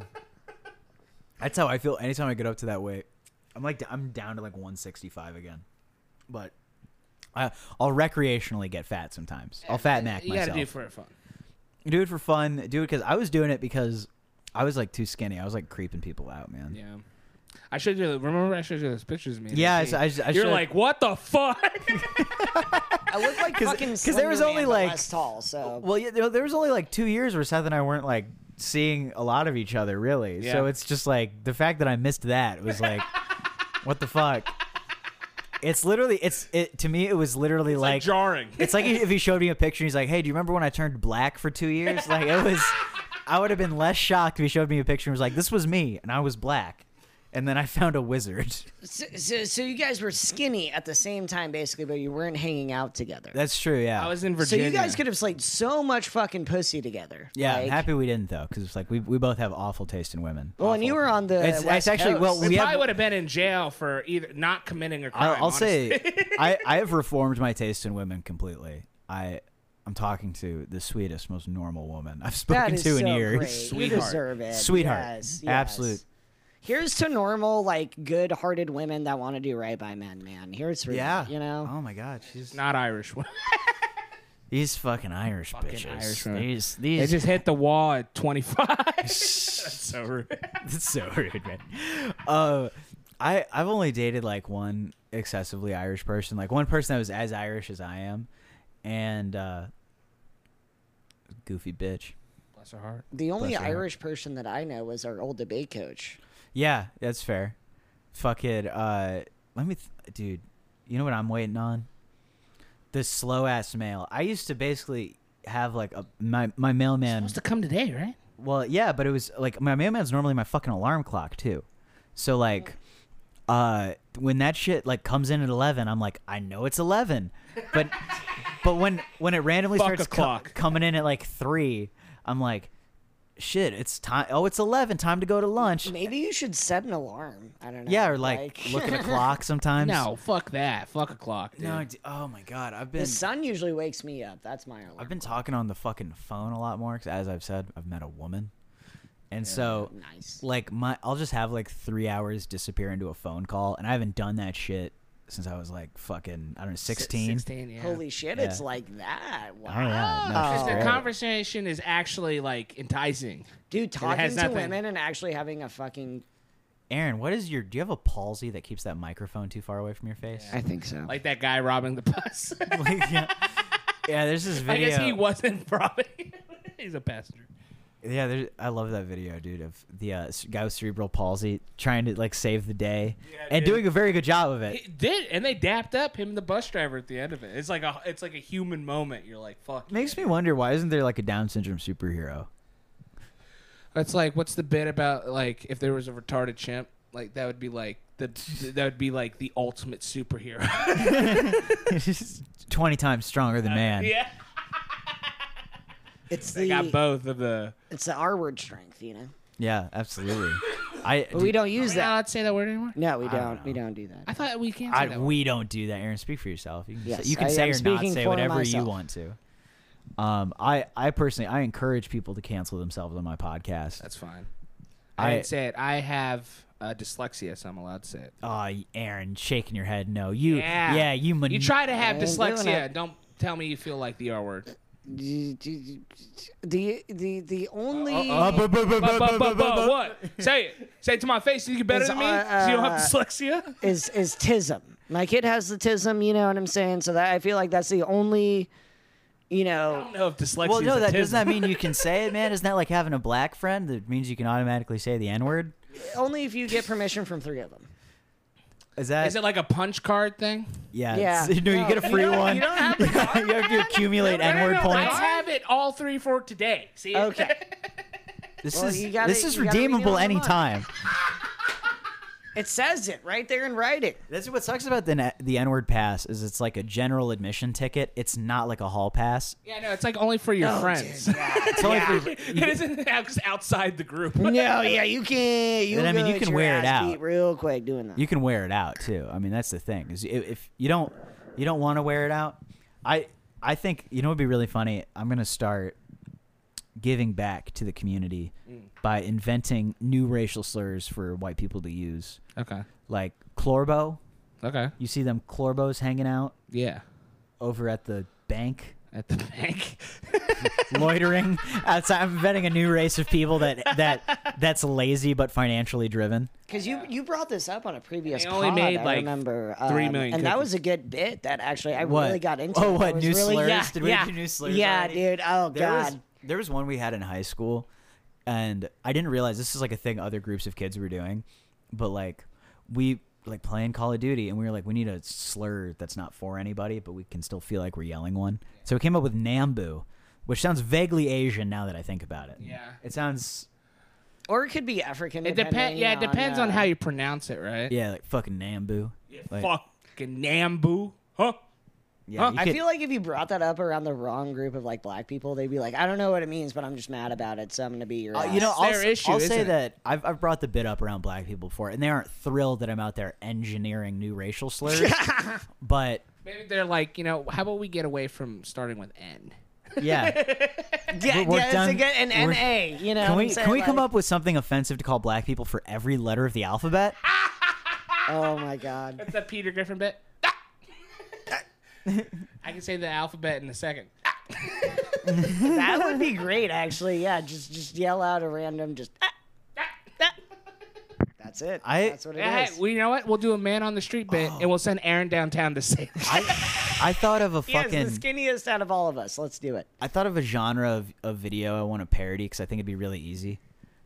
Speaker 2: That's how I feel anytime I get up to that weight. I'm like I'm down to like 165 again, but. I, I'll recreationally get fat sometimes. I'll fat mac
Speaker 3: you
Speaker 2: myself.
Speaker 3: gotta do it for fun.
Speaker 2: do it for fun. Do it because I was doing it because I was like too skinny. I was like creeping people out, man.
Speaker 3: Yeah. I showed you. Remember, I showed you those pictures of me. in the
Speaker 2: Yeah, I
Speaker 3: sea.
Speaker 2: s- I s- I
Speaker 3: you're
Speaker 2: showed-
Speaker 3: like, what the fuck?
Speaker 1: I look like fucking because
Speaker 2: there was only, like-
Speaker 1: less tall. So
Speaker 2: Well, yeah, there, there was only like two years where Seth and I weren't like seeing a lot of each other, really. So
Speaker 3: Yeah.
Speaker 2: it's just like the fact that I missed that was like, what the fuck? It's literally, it's it to me. It was literally
Speaker 3: It's, like,
Speaker 2: like,
Speaker 3: jarring.
Speaker 2: it's like if he showed me a picture. and He's like, hey, do you remember when I turned black for two years? Like it was, I would have been less shocked if he showed me a picture and was like, this was me and I was black, and then I found a wizard.
Speaker 1: so, so, so you guys were skinny at the same time, basically, but you weren't hanging out together.
Speaker 2: That's true. Yeah.
Speaker 3: I was in
Speaker 1: so
Speaker 3: Virginia.
Speaker 1: you guys could have slayed so much fucking pussy together.
Speaker 2: Yeah, I'm
Speaker 1: Like-
Speaker 2: happy we didn't though, because it's like we, we both have awful taste in women.
Speaker 1: Well, and you were on the.
Speaker 2: It's- it's
Speaker 1: West
Speaker 2: actually-
Speaker 1: Coast.
Speaker 2: well,
Speaker 3: We
Speaker 2: we have-
Speaker 3: probably would have been in jail for either not committing a crime.
Speaker 2: I'll, I'll
Speaker 3: honestly.
Speaker 2: say I I have reformed my taste in women completely. I I'm talking to the sweetest, most normal woman I've
Speaker 1: That
Speaker 2: spoken
Speaker 1: is
Speaker 2: to in
Speaker 1: so
Speaker 2: years.
Speaker 1: great. You
Speaker 3: Sweetheart.
Speaker 1: deserve it.
Speaker 2: Sweetheart.
Speaker 1: Yes, yes.
Speaker 2: Absolute.
Speaker 1: Here's to normal, like good-hearted women that want to do right by men, man. Here's for
Speaker 2: Yeah,
Speaker 1: you know.
Speaker 2: Oh my God, she's
Speaker 3: not Irish.
Speaker 2: these fucking Irish bitches.
Speaker 3: Irish women.
Speaker 2: These
Speaker 3: They
Speaker 2: these.
Speaker 3: just hit the wall at 25. That's so rude.
Speaker 2: it's so rude, man. Uh, I I've only dated like one excessively Irish person, like one person that was as Irish as I am, and uh, goofy bitch.
Speaker 3: Bless her heart.
Speaker 1: The only
Speaker 2: Bless your heart.
Speaker 1: Irish person that I know was our old debate coach.
Speaker 2: Yeah, that's fair. Fuck it. Uh, let me, th- dude. You know what I'm waiting on? The slow ass mail. I used to basically have like a my my mailman.
Speaker 3: Supposed to come today, right?
Speaker 2: Well, yeah, but it was like my mailman's normally my fucking alarm clock too. So like, uh, when that shit like comes in at eleven, I'm like, I know it's eleven, but but when when it randomly
Speaker 3: Fuck
Speaker 2: starts
Speaker 3: a
Speaker 2: co-
Speaker 3: clock.
Speaker 2: coming in at like three, I'm like, shit, it's time. Oh, it's eleven. Time to go to lunch.
Speaker 1: Maybe you should set an alarm. I don't know.
Speaker 2: Yeah, or like, look at a clock sometimes.
Speaker 3: No, fuck that. Fuck a clock, dude.
Speaker 2: no. d- Oh my god, I've been
Speaker 1: the sun usually wakes me up. That's my alarm.
Speaker 2: I've been talking on the fucking phone a lot more 'cause as I've said, I've met a woman, and so
Speaker 1: Nice.
Speaker 2: like my I'll just have like three hours disappear into a phone call, and I haven't done that shit since I was like fucking I don't know sixteen.
Speaker 3: 16, yeah.
Speaker 1: Holy shit! It's
Speaker 2: Yeah. Oh,
Speaker 1: like that. Wow.
Speaker 2: yeah, no,
Speaker 3: Because
Speaker 2: she's
Speaker 3: the
Speaker 2: great.
Speaker 3: conversation is actually like enticing.
Speaker 1: Dude, talking to
Speaker 3: nothing-
Speaker 1: women and actually having a fucking.
Speaker 2: Aaron, what is your? Do you have a palsy that keeps that microphone too far away from your face?
Speaker 1: I think so.
Speaker 3: Like that guy robbing the bus.
Speaker 2: Like, yeah. yeah, there's this
Speaker 3: I
Speaker 2: video.
Speaker 3: guess he wasn't robbing. He's a passenger.
Speaker 2: Yeah, there, I love that video, dude, of the uh, s- guy with cerebral palsy trying to like save the day and
Speaker 4: dude.
Speaker 2: doing a very good job of it.
Speaker 4: He did, and they dapped up him and the bus driver at the end of it. It's like a it's like a human moment. You're like, fuck.
Speaker 2: Makes me wonder why isn't there like a Down syndrome superhero?
Speaker 3: It's like what's the bit about like if there was a retarded chimp, like that would be like the that would be like the ultimate superhero.
Speaker 2: Twenty times stronger than man.
Speaker 4: Uh, Yeah,
Speaker 1: It's
Speaker 4: they got
Speaker 1: the
Speaker 4: both of the.
Speaker 1: it's the R word strength, you know.
Speaker 2: Yeah, absolutely. I,
Speaker 1: But we don't use
Speaker 3: Is that
Speaker 1: that.
Speaker 3: allowed to say that word anymore?
Speaker 1: No, we
Speaker 2: I don't
Speaker 1: don't. we
Speaker 2: know.
Speaker 1: don't do that.
Speaker 3: I thought we can't. Say
Speaker 2: I,
Speaker 3: that word.
Speaker 2: we don't do that, Aaron. Speak for yourself. You can
Speaker 1: Yes,
Speaker 2: say, you can
Speaker 1: I
Speaker 2: say
Speaker 1: am
Speaker 2: or not
Speaker 1: speaking
Speaker 2: say
Speaker 1: for
Speaker 2: whatever you
Speaker 1: myself.
Speaker 2: want to. Um, I, I personally, I encourage people to cancel themselves on my podcast.
Speaker 3: That's fine. I,
Speaker 2: I-
Speaker 3: didn't say it. I have uh, dyslexia, so I'm allowed to say it.
Speaker 2: Oh, Aaron, shaking your head. No, you.
Speaker 3: Yeah.
Speaker 2: Yeah, you. Man-
Speaker 3: You try to have
Speaker 1: I ain't doing
Speaker 3: dyslexia.
Speaker 1: it.
Speaker 3: Don't tell me you feel like the R word.
Speaker 1: The the the only
Speaker 2: Uh, bu- bu- bu- bu-
Speaker 3: But,
Speaker 2: bu- bu- bu-
Speaker 3: what? Say it. Say it to my face. You get better
Speaker 1: It's,
Speaker 3: than me.
Speaker 1: uh,
Speaker 3: 'Cause you don't have
Speaker 1: uh,
Speaker 3: dyslexia.
Speaker 1: is is tism. My kid has the tism, you know what I'm saying? So that I feel like that's the only, you
Speaker 4: I
Speaker 1: know,
Speaker 4: don't know if dyslexia.
Speaker 2: Well,
Speaker 4: is
Speaker 2: no, that
Speaker 4: autism.
Speaker 2: doesn't that mean you can say it, man? Isn't that like having a black friend? That means you can automatically say the N word.
Speaker 1: only if you get permission from three of them.
Speaker 2: Is that?
Speaker 3: Is it like a punch card thing?
Speaker 2: yeah.
Speaker 1: Yeah.
Speaker 2: it's- No, you get a free one. You, have to accumulate N word points.
Speaker 3: I have it all three for today. See?
Speaker 1: Okay.
Speaker 2: This
Speaker 1: Well,
Speaker 2: is
Speaker 1: you gotta-
Speaker 2: this is
Speaker 1: you gotta read it
Speaker 2: redeemable
Speaker 1: online.
Speaker 2: anytime.
Speaker 1: It says it right there in writing.
Speaker 2: That's what sucks about the the N word pass is it's like a general admission ticket. It's not like a hall pass.
Speaker 3: Yeah, no, it's like only for your
Speaker 1: Oh,
Speaker 3: friends.
Speaker 1: dude, yeah.
Speaker 2: It's only for-
Speaker 3: it isn't out- just outside the group.
Speaker 1: no, yeah, you can. You
Speaker 2: And I mean, you
Speaker 1: get
Speaker 2: can
Speaker 1: your
Speaker 2: wear it
Speaker 1: ass
Speaker 2: out.
Speaker 1: beat real quick doing that.
Speaker 2: you can wear it out too. I mean, that's the thing is i- if you don't you don't want to wear it out. I I think you know what'd be really funny. I'm gonna start giving back to the community by inventing new racial slurs for white people to use,
Speaker 3: Okay.
Speaker 2: like clorbo.
Speaker 3: Okay.
Speaker 2: You see them clorbos hanging out
Speaker 3: Yeah.
Speaker 2: over at the bank.
Speaker 3: At the bank.
Speaker 2: loitering outside. I'm betting a new race of people that that that's lazy but financially driven.
Speaker 1: Because you you brought this up on a previous
Speaker 3: They only
Speaker 1: pod,
Speaker 3: made,
Speaker 1: I
Speaker 3: like,
Speaker 1: remember,
Speaker 3: three
Speaker 1: um,
Speaker 3: million
Speaker 1: and that
Speaker 3: cookies.
Speaker 1: was a good bit. That actually, I
Speaker 2: What?
Speaker 1: really got into.
Speaker 2: Oh,
Speaker 1: it.
Speaker 2: what,
Speaker 1: It was
Speaker 2: new
Speaker 1: really,
Speaker 2: slurs?
Speaker 1: Yeah,
Speaker 2: Did we
Speaker 1: yeah.
Speaker 2: do new slurs
Speaker 1: Yeah,
Speaker 2: already?
Speaker 1: dude. Oh
Speaker 2: There
Speaker 1: god.
Speaker 2: was there was one we had in high school, and I didn't realize this is like a thing other groups of kids were doing, but like we like playing Call of Duty, and we were like, we need a slur that's not for anybody, but we can still feel like we're yelling one. So we came up with Nambu, which sounds vaguely Asian now that I think about it.
Speaker 3: Yeah.
Speaker 2: it sounds
Speaker 1: or it could be African.
Speaker 3: It depends. Yeah, it depends on,
Speaker 1: uh,
Speaker 3: how you pronounce it, right?
Speaker 2: yeah like fucking Nambu. Like,
Speaker 4: fucking Nambu, huh?
Speaker 2: Yeah,
Speaker 4: Huh?
Speaker 2: you
Speaker 1: I
Speaker 2: could-
Speaker 1: feel like if you brought that up around the wrong group of like black people, they'd be like, "I don't know what it means, but I'm just mad about it, so I'm gonna be your."
Speaker 2: Uh,
Speaker 1: ass."
Speaker 2: you know, I'll,
Speaker 3: their
Speaker 2: s-
Speaker 3: issue,
Speaker 2: I'll say
Speaker 3: isn't it?
Speaker 2: that I've, I've brought the bit up around black people before, and they aren't thrilled that I'm out there engineering new racial slurs. but
Speaker 3: Maybe they're like, you know, how about we get away from starting with N?
Speaker 2: yeah,
Speaker 1: yeah,
Speaker 2: we're
Speaker 1: yeah, it's a
Speaker 2: done-
Speaker 1: good, an
Speaker 2: we're-
Speaker 1: NA. You know,
Speaker 2: can
Speaker 1: what
Speaker 2: we
Speaker 1: I'm saying?
Speaker 2: can we come
Speaker 1: Like,
Speaker 2: up with something offensive to call black people for every letter of the alphabet?
Speaker 1: Oh my god,
Speaker 3: That's that Peter Griffin bit. Ah! I can say the alphabet in a second.
Speaker 1: that would be great, actually. Yeah, just just yell out a random, just. "Ah, ah, ah." That's it.
Speaker 2: I-
Speaker 1: That's what it is.
Speaker 3: Hey, we, you know what? We'll do a man on the street bit, and we'll send Aaron downtown to say.
Speaker 2: I I thought of a
Speaker 1: Yes,
Speaker 2: fucking
Speaker 1: the skinniest out of all of us. Let's do it.
Speaker 2: I thought of a genre of, of video I want to parody because I think it'd be really easy.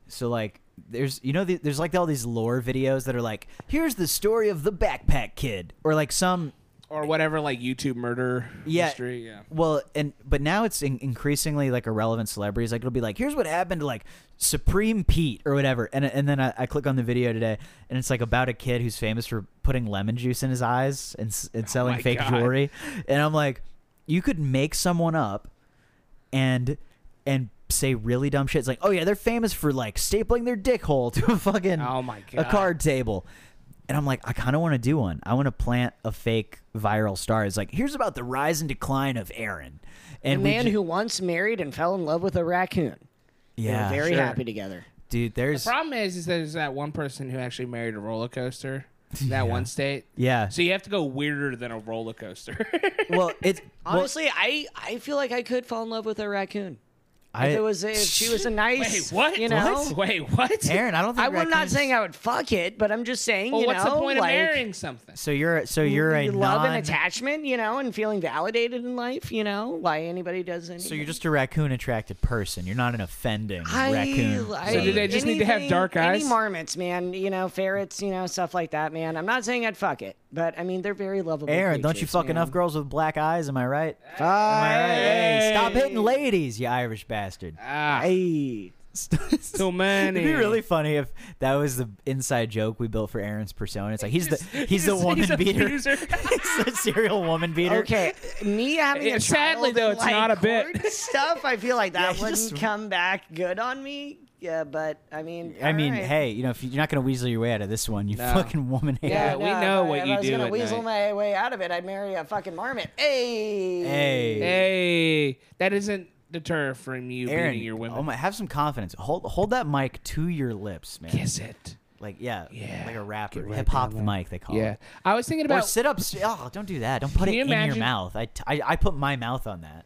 Speaker 2: So like, there's you know the, there's like all these lore videos that are like, here's the story of the backpack kid, or like some
Speaker 3: or whatever like YouTube murder
Speaker 2: yeah.
Speaker 3: history. Yeah.
Speaker 2: Well, and but now it's in- increasingly like irrelevant celebrities. Like it'll be like, here's what happened to like Supreme Pete or whatever. And and then I, I click on the video today, and it's like about a kid who's famous for putting lemon juice in his eyes and s- and selling
Speaker 3: Oh my
Speaker 2: fake
Speaker 3: God.
Speaker 2: jewelry. And I'm like, you could make someone up, and and say really dumb shit. It's like, oh yeah, they're famous for like stapling their dick hole to a fucking
Speaker 3: Oh my
Speaker 2: a
Speaker 3: God.
Speaker 2: card table. And I'm like, I kind of want to do one. I want to plant a fake viral star. It's like, here's about the rise and decline of Aaron,
Speaker 1: A
Speaker 2: and we
Speaker 1: man
Speaker 2: ju-
Speaker 1: who once married and fell in love with a raccoon.
Speaker 2: yeah,
Speaker 1: They're very
Speaker 3: sure.
Speaker 1: happy together.
Speaker 2: dude, there's
Speaker 3: Problem is, is there's that one person who actually married a roller coaster. in That one state.
Speaker 2: yeah.
Speaker 3: So you have to go weirder than a roller coaster.
Speaker 2: well, it's well,
Speaker 1: Honestly, I, I feel like I could fall in love with a raccoon.
Speaker 2: I,
Speaker 1: if it was if she was a nice,
Speaker 4: Wait, what?
Speaker 1: you know,
Speaker 4: What? Wait, what?
Speaker 2: Aaron, I don't think
Speaker 1: I, am not
Speaker 2: raccoons-
Speaker 1: saying I would fuck it, but I'm just saying,
Speaker 4: Well,
Speaker 1: you
Speaker 4: what's
Speaker 1: know,
Speaker 4: the point
Speaker 1: like,
Speaker 4: of marrying something?
Speaker 2: So you're so you're a
Speaker 1: you love
Speaker 2: non,
Speaker 1: and attachment, you know, and feeling validated in life, you know, why anybody doesn't.
Speaker 2: So you're just a raccoon attracted person. You're not an offending
Speaker 1: I,
Speaker 2: raccoon.
Speaker 1: I,
Speaker 2: So-
Speaker 3: do they just need to have
Speaker 1: anything-
Speaker 3: dark eyes?
Speaker 1: Any marmots, man, you know, ferrets, you know, stuff like that, man. I'm not saying I'd fuck it, but I mean they're very lovable.
Speaker 2: Aaron, don't you
Speaker 1: creatures,
Speaker 2: fuck
Speaker 1: man.
Speaker 2: enough girls with black eyes? Am I right? Am I right? Hey, stop hitting ladies, you Irish bastard.
Speaker 3: Ah,
Speaker 1: Hey.
Speaker 3: too many.
Speaker 2: It'd be really funny if that was the inside joke we built for Aaron's persona. It's like he's the he's, the
Speaker 4: He's-
Speaker 2: woman
Speaker 4: he's a
Speaker 2: beater. he's
Speaker 4: loser.
Speaker 2: the serial woman beater.
Speaker 1: Okay, me having a
Speaker 3: It- sadly,
Speaker 1: child
Speaker 3: though,
Speaker 1: in,
Speaker 3: it's
Speaker 1: like,
Speaker 3: not a bit.
Speaker 1: court stuff. I feel like that
Speaker 2: Yeah, you
Speaker 1: wouldn't
Speaker 2: just-
Speaker 1: come back good on me. Yeah, but I mean,
Speaker 2: I
Speaker 1: all
Speaker 2: mean,
Speaker 1: right.
Speaker 2: hey, you know, if you- you're not gonna weasel your way out of this one, you fucking woman hater.
Speaker 3: Yeah, we know
Speaker 1: if I-
Speaker 3: what
Speaker 1: if
Speaker 3: you
Speaker 1: I was
Speaker 3: do
Speaker 1: gonna
Speaker 3: at
Speaker 1: weasel my way out of it. I'd marry a fucking marmot. Hey,
Speaker 2: Hey.
Speaker 3: Hey, that doesn't deter from you
Speaker 2: Aaron,
Speaker 3: beating your women.
Speaker 2: Oh my, have some confidence. Hold hold that mic to your lips, man.
Speaker 3: Kiss it.
Speaker 2: Like yeah,
Speaker 3: Yeah.
Speaker 2: like a rapper,
Speaker 3: Get right
Speaker 2: hip hop
Speaker 3: down there.
Speaker 2: mic. They call
Speaker 3: Yeah,
Speaker 2: it.
Speaker 3: I was thinking
Speaker 2: Oh. Or
Speaker 3: about.
Speaker 2: sit up. st- Oh, don't do that. Don't put
Speaker 3: Can
Speaker 2: it
Speaker 3: you
Speaker 2: in your
Speaker 3: imagine-
Speaker 2: mouth. I, t- I I put my mouth on that.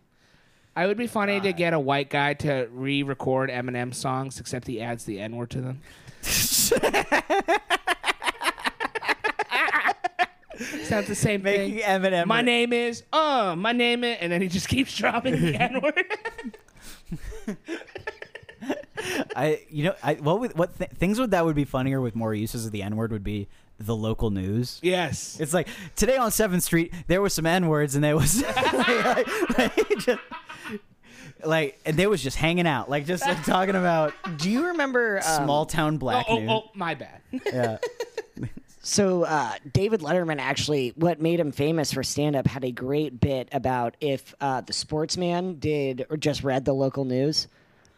Speaker 3: I would be funny to get a white guy to re-record Eminem songs, except he adds the N word to them. Sounds the same
Speaker 2: Making
Speaker 3: thing.
Speaker 2: Eminem.
Speaker 3: My name is uh. My name is, and then he just keeps dropping the N word.
Speaker 2: I you know I what would, what th- things would that would be funnier with more uses of the N word would be the local news.
Speaker 3: yes.
Speaker 2: It's like today on Seventh Street there was some N words and there was like, like, just, like and they was just hanging out like just like talking about
Speaker 1: do you remember um,
Speaker 2: small town black
Speaker 3: Oh,
Speaker 2: news.
Speaker 3: oh, my bad.
Speaker 2: Yeah.
Speaker 1: So uh, David Letterman actually, what made him famous for stand-up, had a great bit about if uh, the Sportsman did or just read the local news.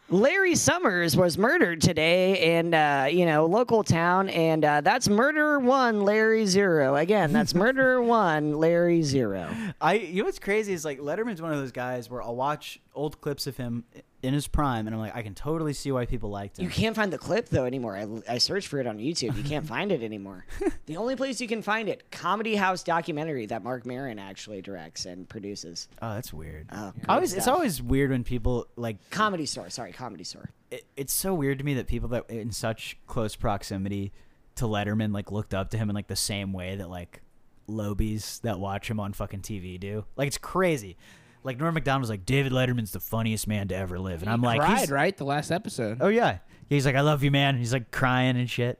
Speaker 1: Larry Summers was murdered today in uh, you know local town, and uh, that's murderer one, Larry zero. Again, that's murderer one, Larry zero.
Speaker 2: I you know what's crazy is like Letterman's one of those guys where I'll watch old clips of him in his prime and I'm like I can totally see why people liked him.
Speaker 1: You can't find the clip though anymore. I, I searched for it on YouTube. You can't find it anymore. the only place you can find it, Comedy House documentary that Mark Maron actually directs and produces.
Speaker 2: oh, that's weird.
Speaker 1: Oh,
Speaker 2: I always,
Speaker 1: good
Speaker 2: it's
Speaker 1: stuff.
Speaker 2: always weird when people like
Speaker 1: Comedy Store. Sorry, Comedy Store.
Speaker 2: it, it's so weird to me that people that in such close proximity to Letterman like looked up to him in like the same way that like lobies that watch him on fucking TV do. Like it's crazy. Like Norm Macdonald's like David Letterman's the funniest man to ever live, and I'm like,
Speaker 3: cried
Speaker 2: he's-
Speaker 3: right the last episode.
Speaker 2: oh yeah, he's like I love you, man. And he's like crying and shit.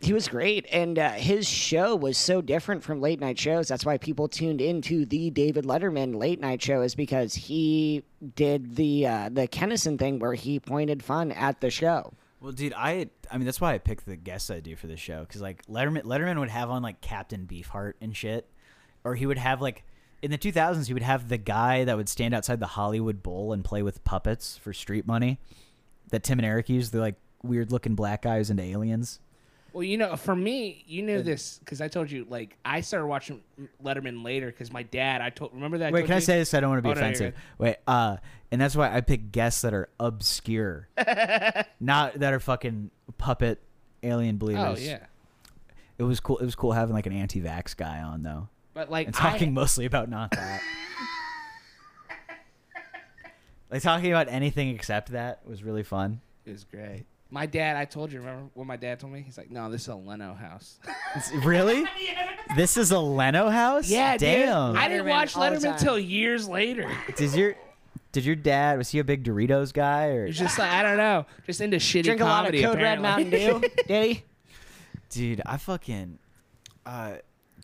Speaker 1: He was great, and uh, his show was so different from late night shows. That's why people tuned into the David Letterman late night show is because he did the uh, the Kennison thing where he pointed fun at the show.
Speaker 2: Well, dude, I I mean that's why I picked the guests I do for the show because like Letterman Letterman would have on like Captain Beefheart and shit, or he would have like in the 2000s he would have the guy that would stand outside the Hollywood Bowl and play with puppets for street money that Tim and Eric used. The like weird looking black guy who's into aliens.
Speaker 3: Well, you know, for me, you knew this because I told you. Like, I started watching Letterman later because my dad. I told. Remember that? I
Speaker 2: Wait,
Speaker 3: told
Speaker 2: can I
Speaker 3: you?
Speaker 2: say this? I don't want to be
Speaker 3: Oh, no, you're
Speaker 2: offensive. Wait, uh, and that's why I pick guests that are obscure, not that are fucking puppet alien
Speaker 3: Oh
Speaker 2: believers.
Speaker 3: yeah.
Speaker 2: it was cool. It was cool having like an anti-vax guy on though.
Speaker 3: But like
Speaker 2: and talking mostly about not that. like talking about anything except that was really fun.
Speaker 3: I, it was great. My dad, I told you, remember what my dad told me? He's like, no, this is a Leno house.
Speaker 2: It's- really? This is a Leno house? damn.
Speaker 3: Dude, I didn't
Speaker 1: Letterman
Speaker 3: watch
Speaker 1: all the
Speaker 3: Letterman
Speaker 1: time.
Speaker 3: until years later.
Speaker 2: Did your did your dad was he a big Doritos guy or
Speaker 3: It's just like, I don't know, just into shitty
Speaker 1: Drink a lot of
Speaker 3: comedy.
Speaker 1: Code Red
Speaker 3: apparently.
Speaker 1: Mountain Dew, did he?
Speaker 2: dude? I fucking. Uh, do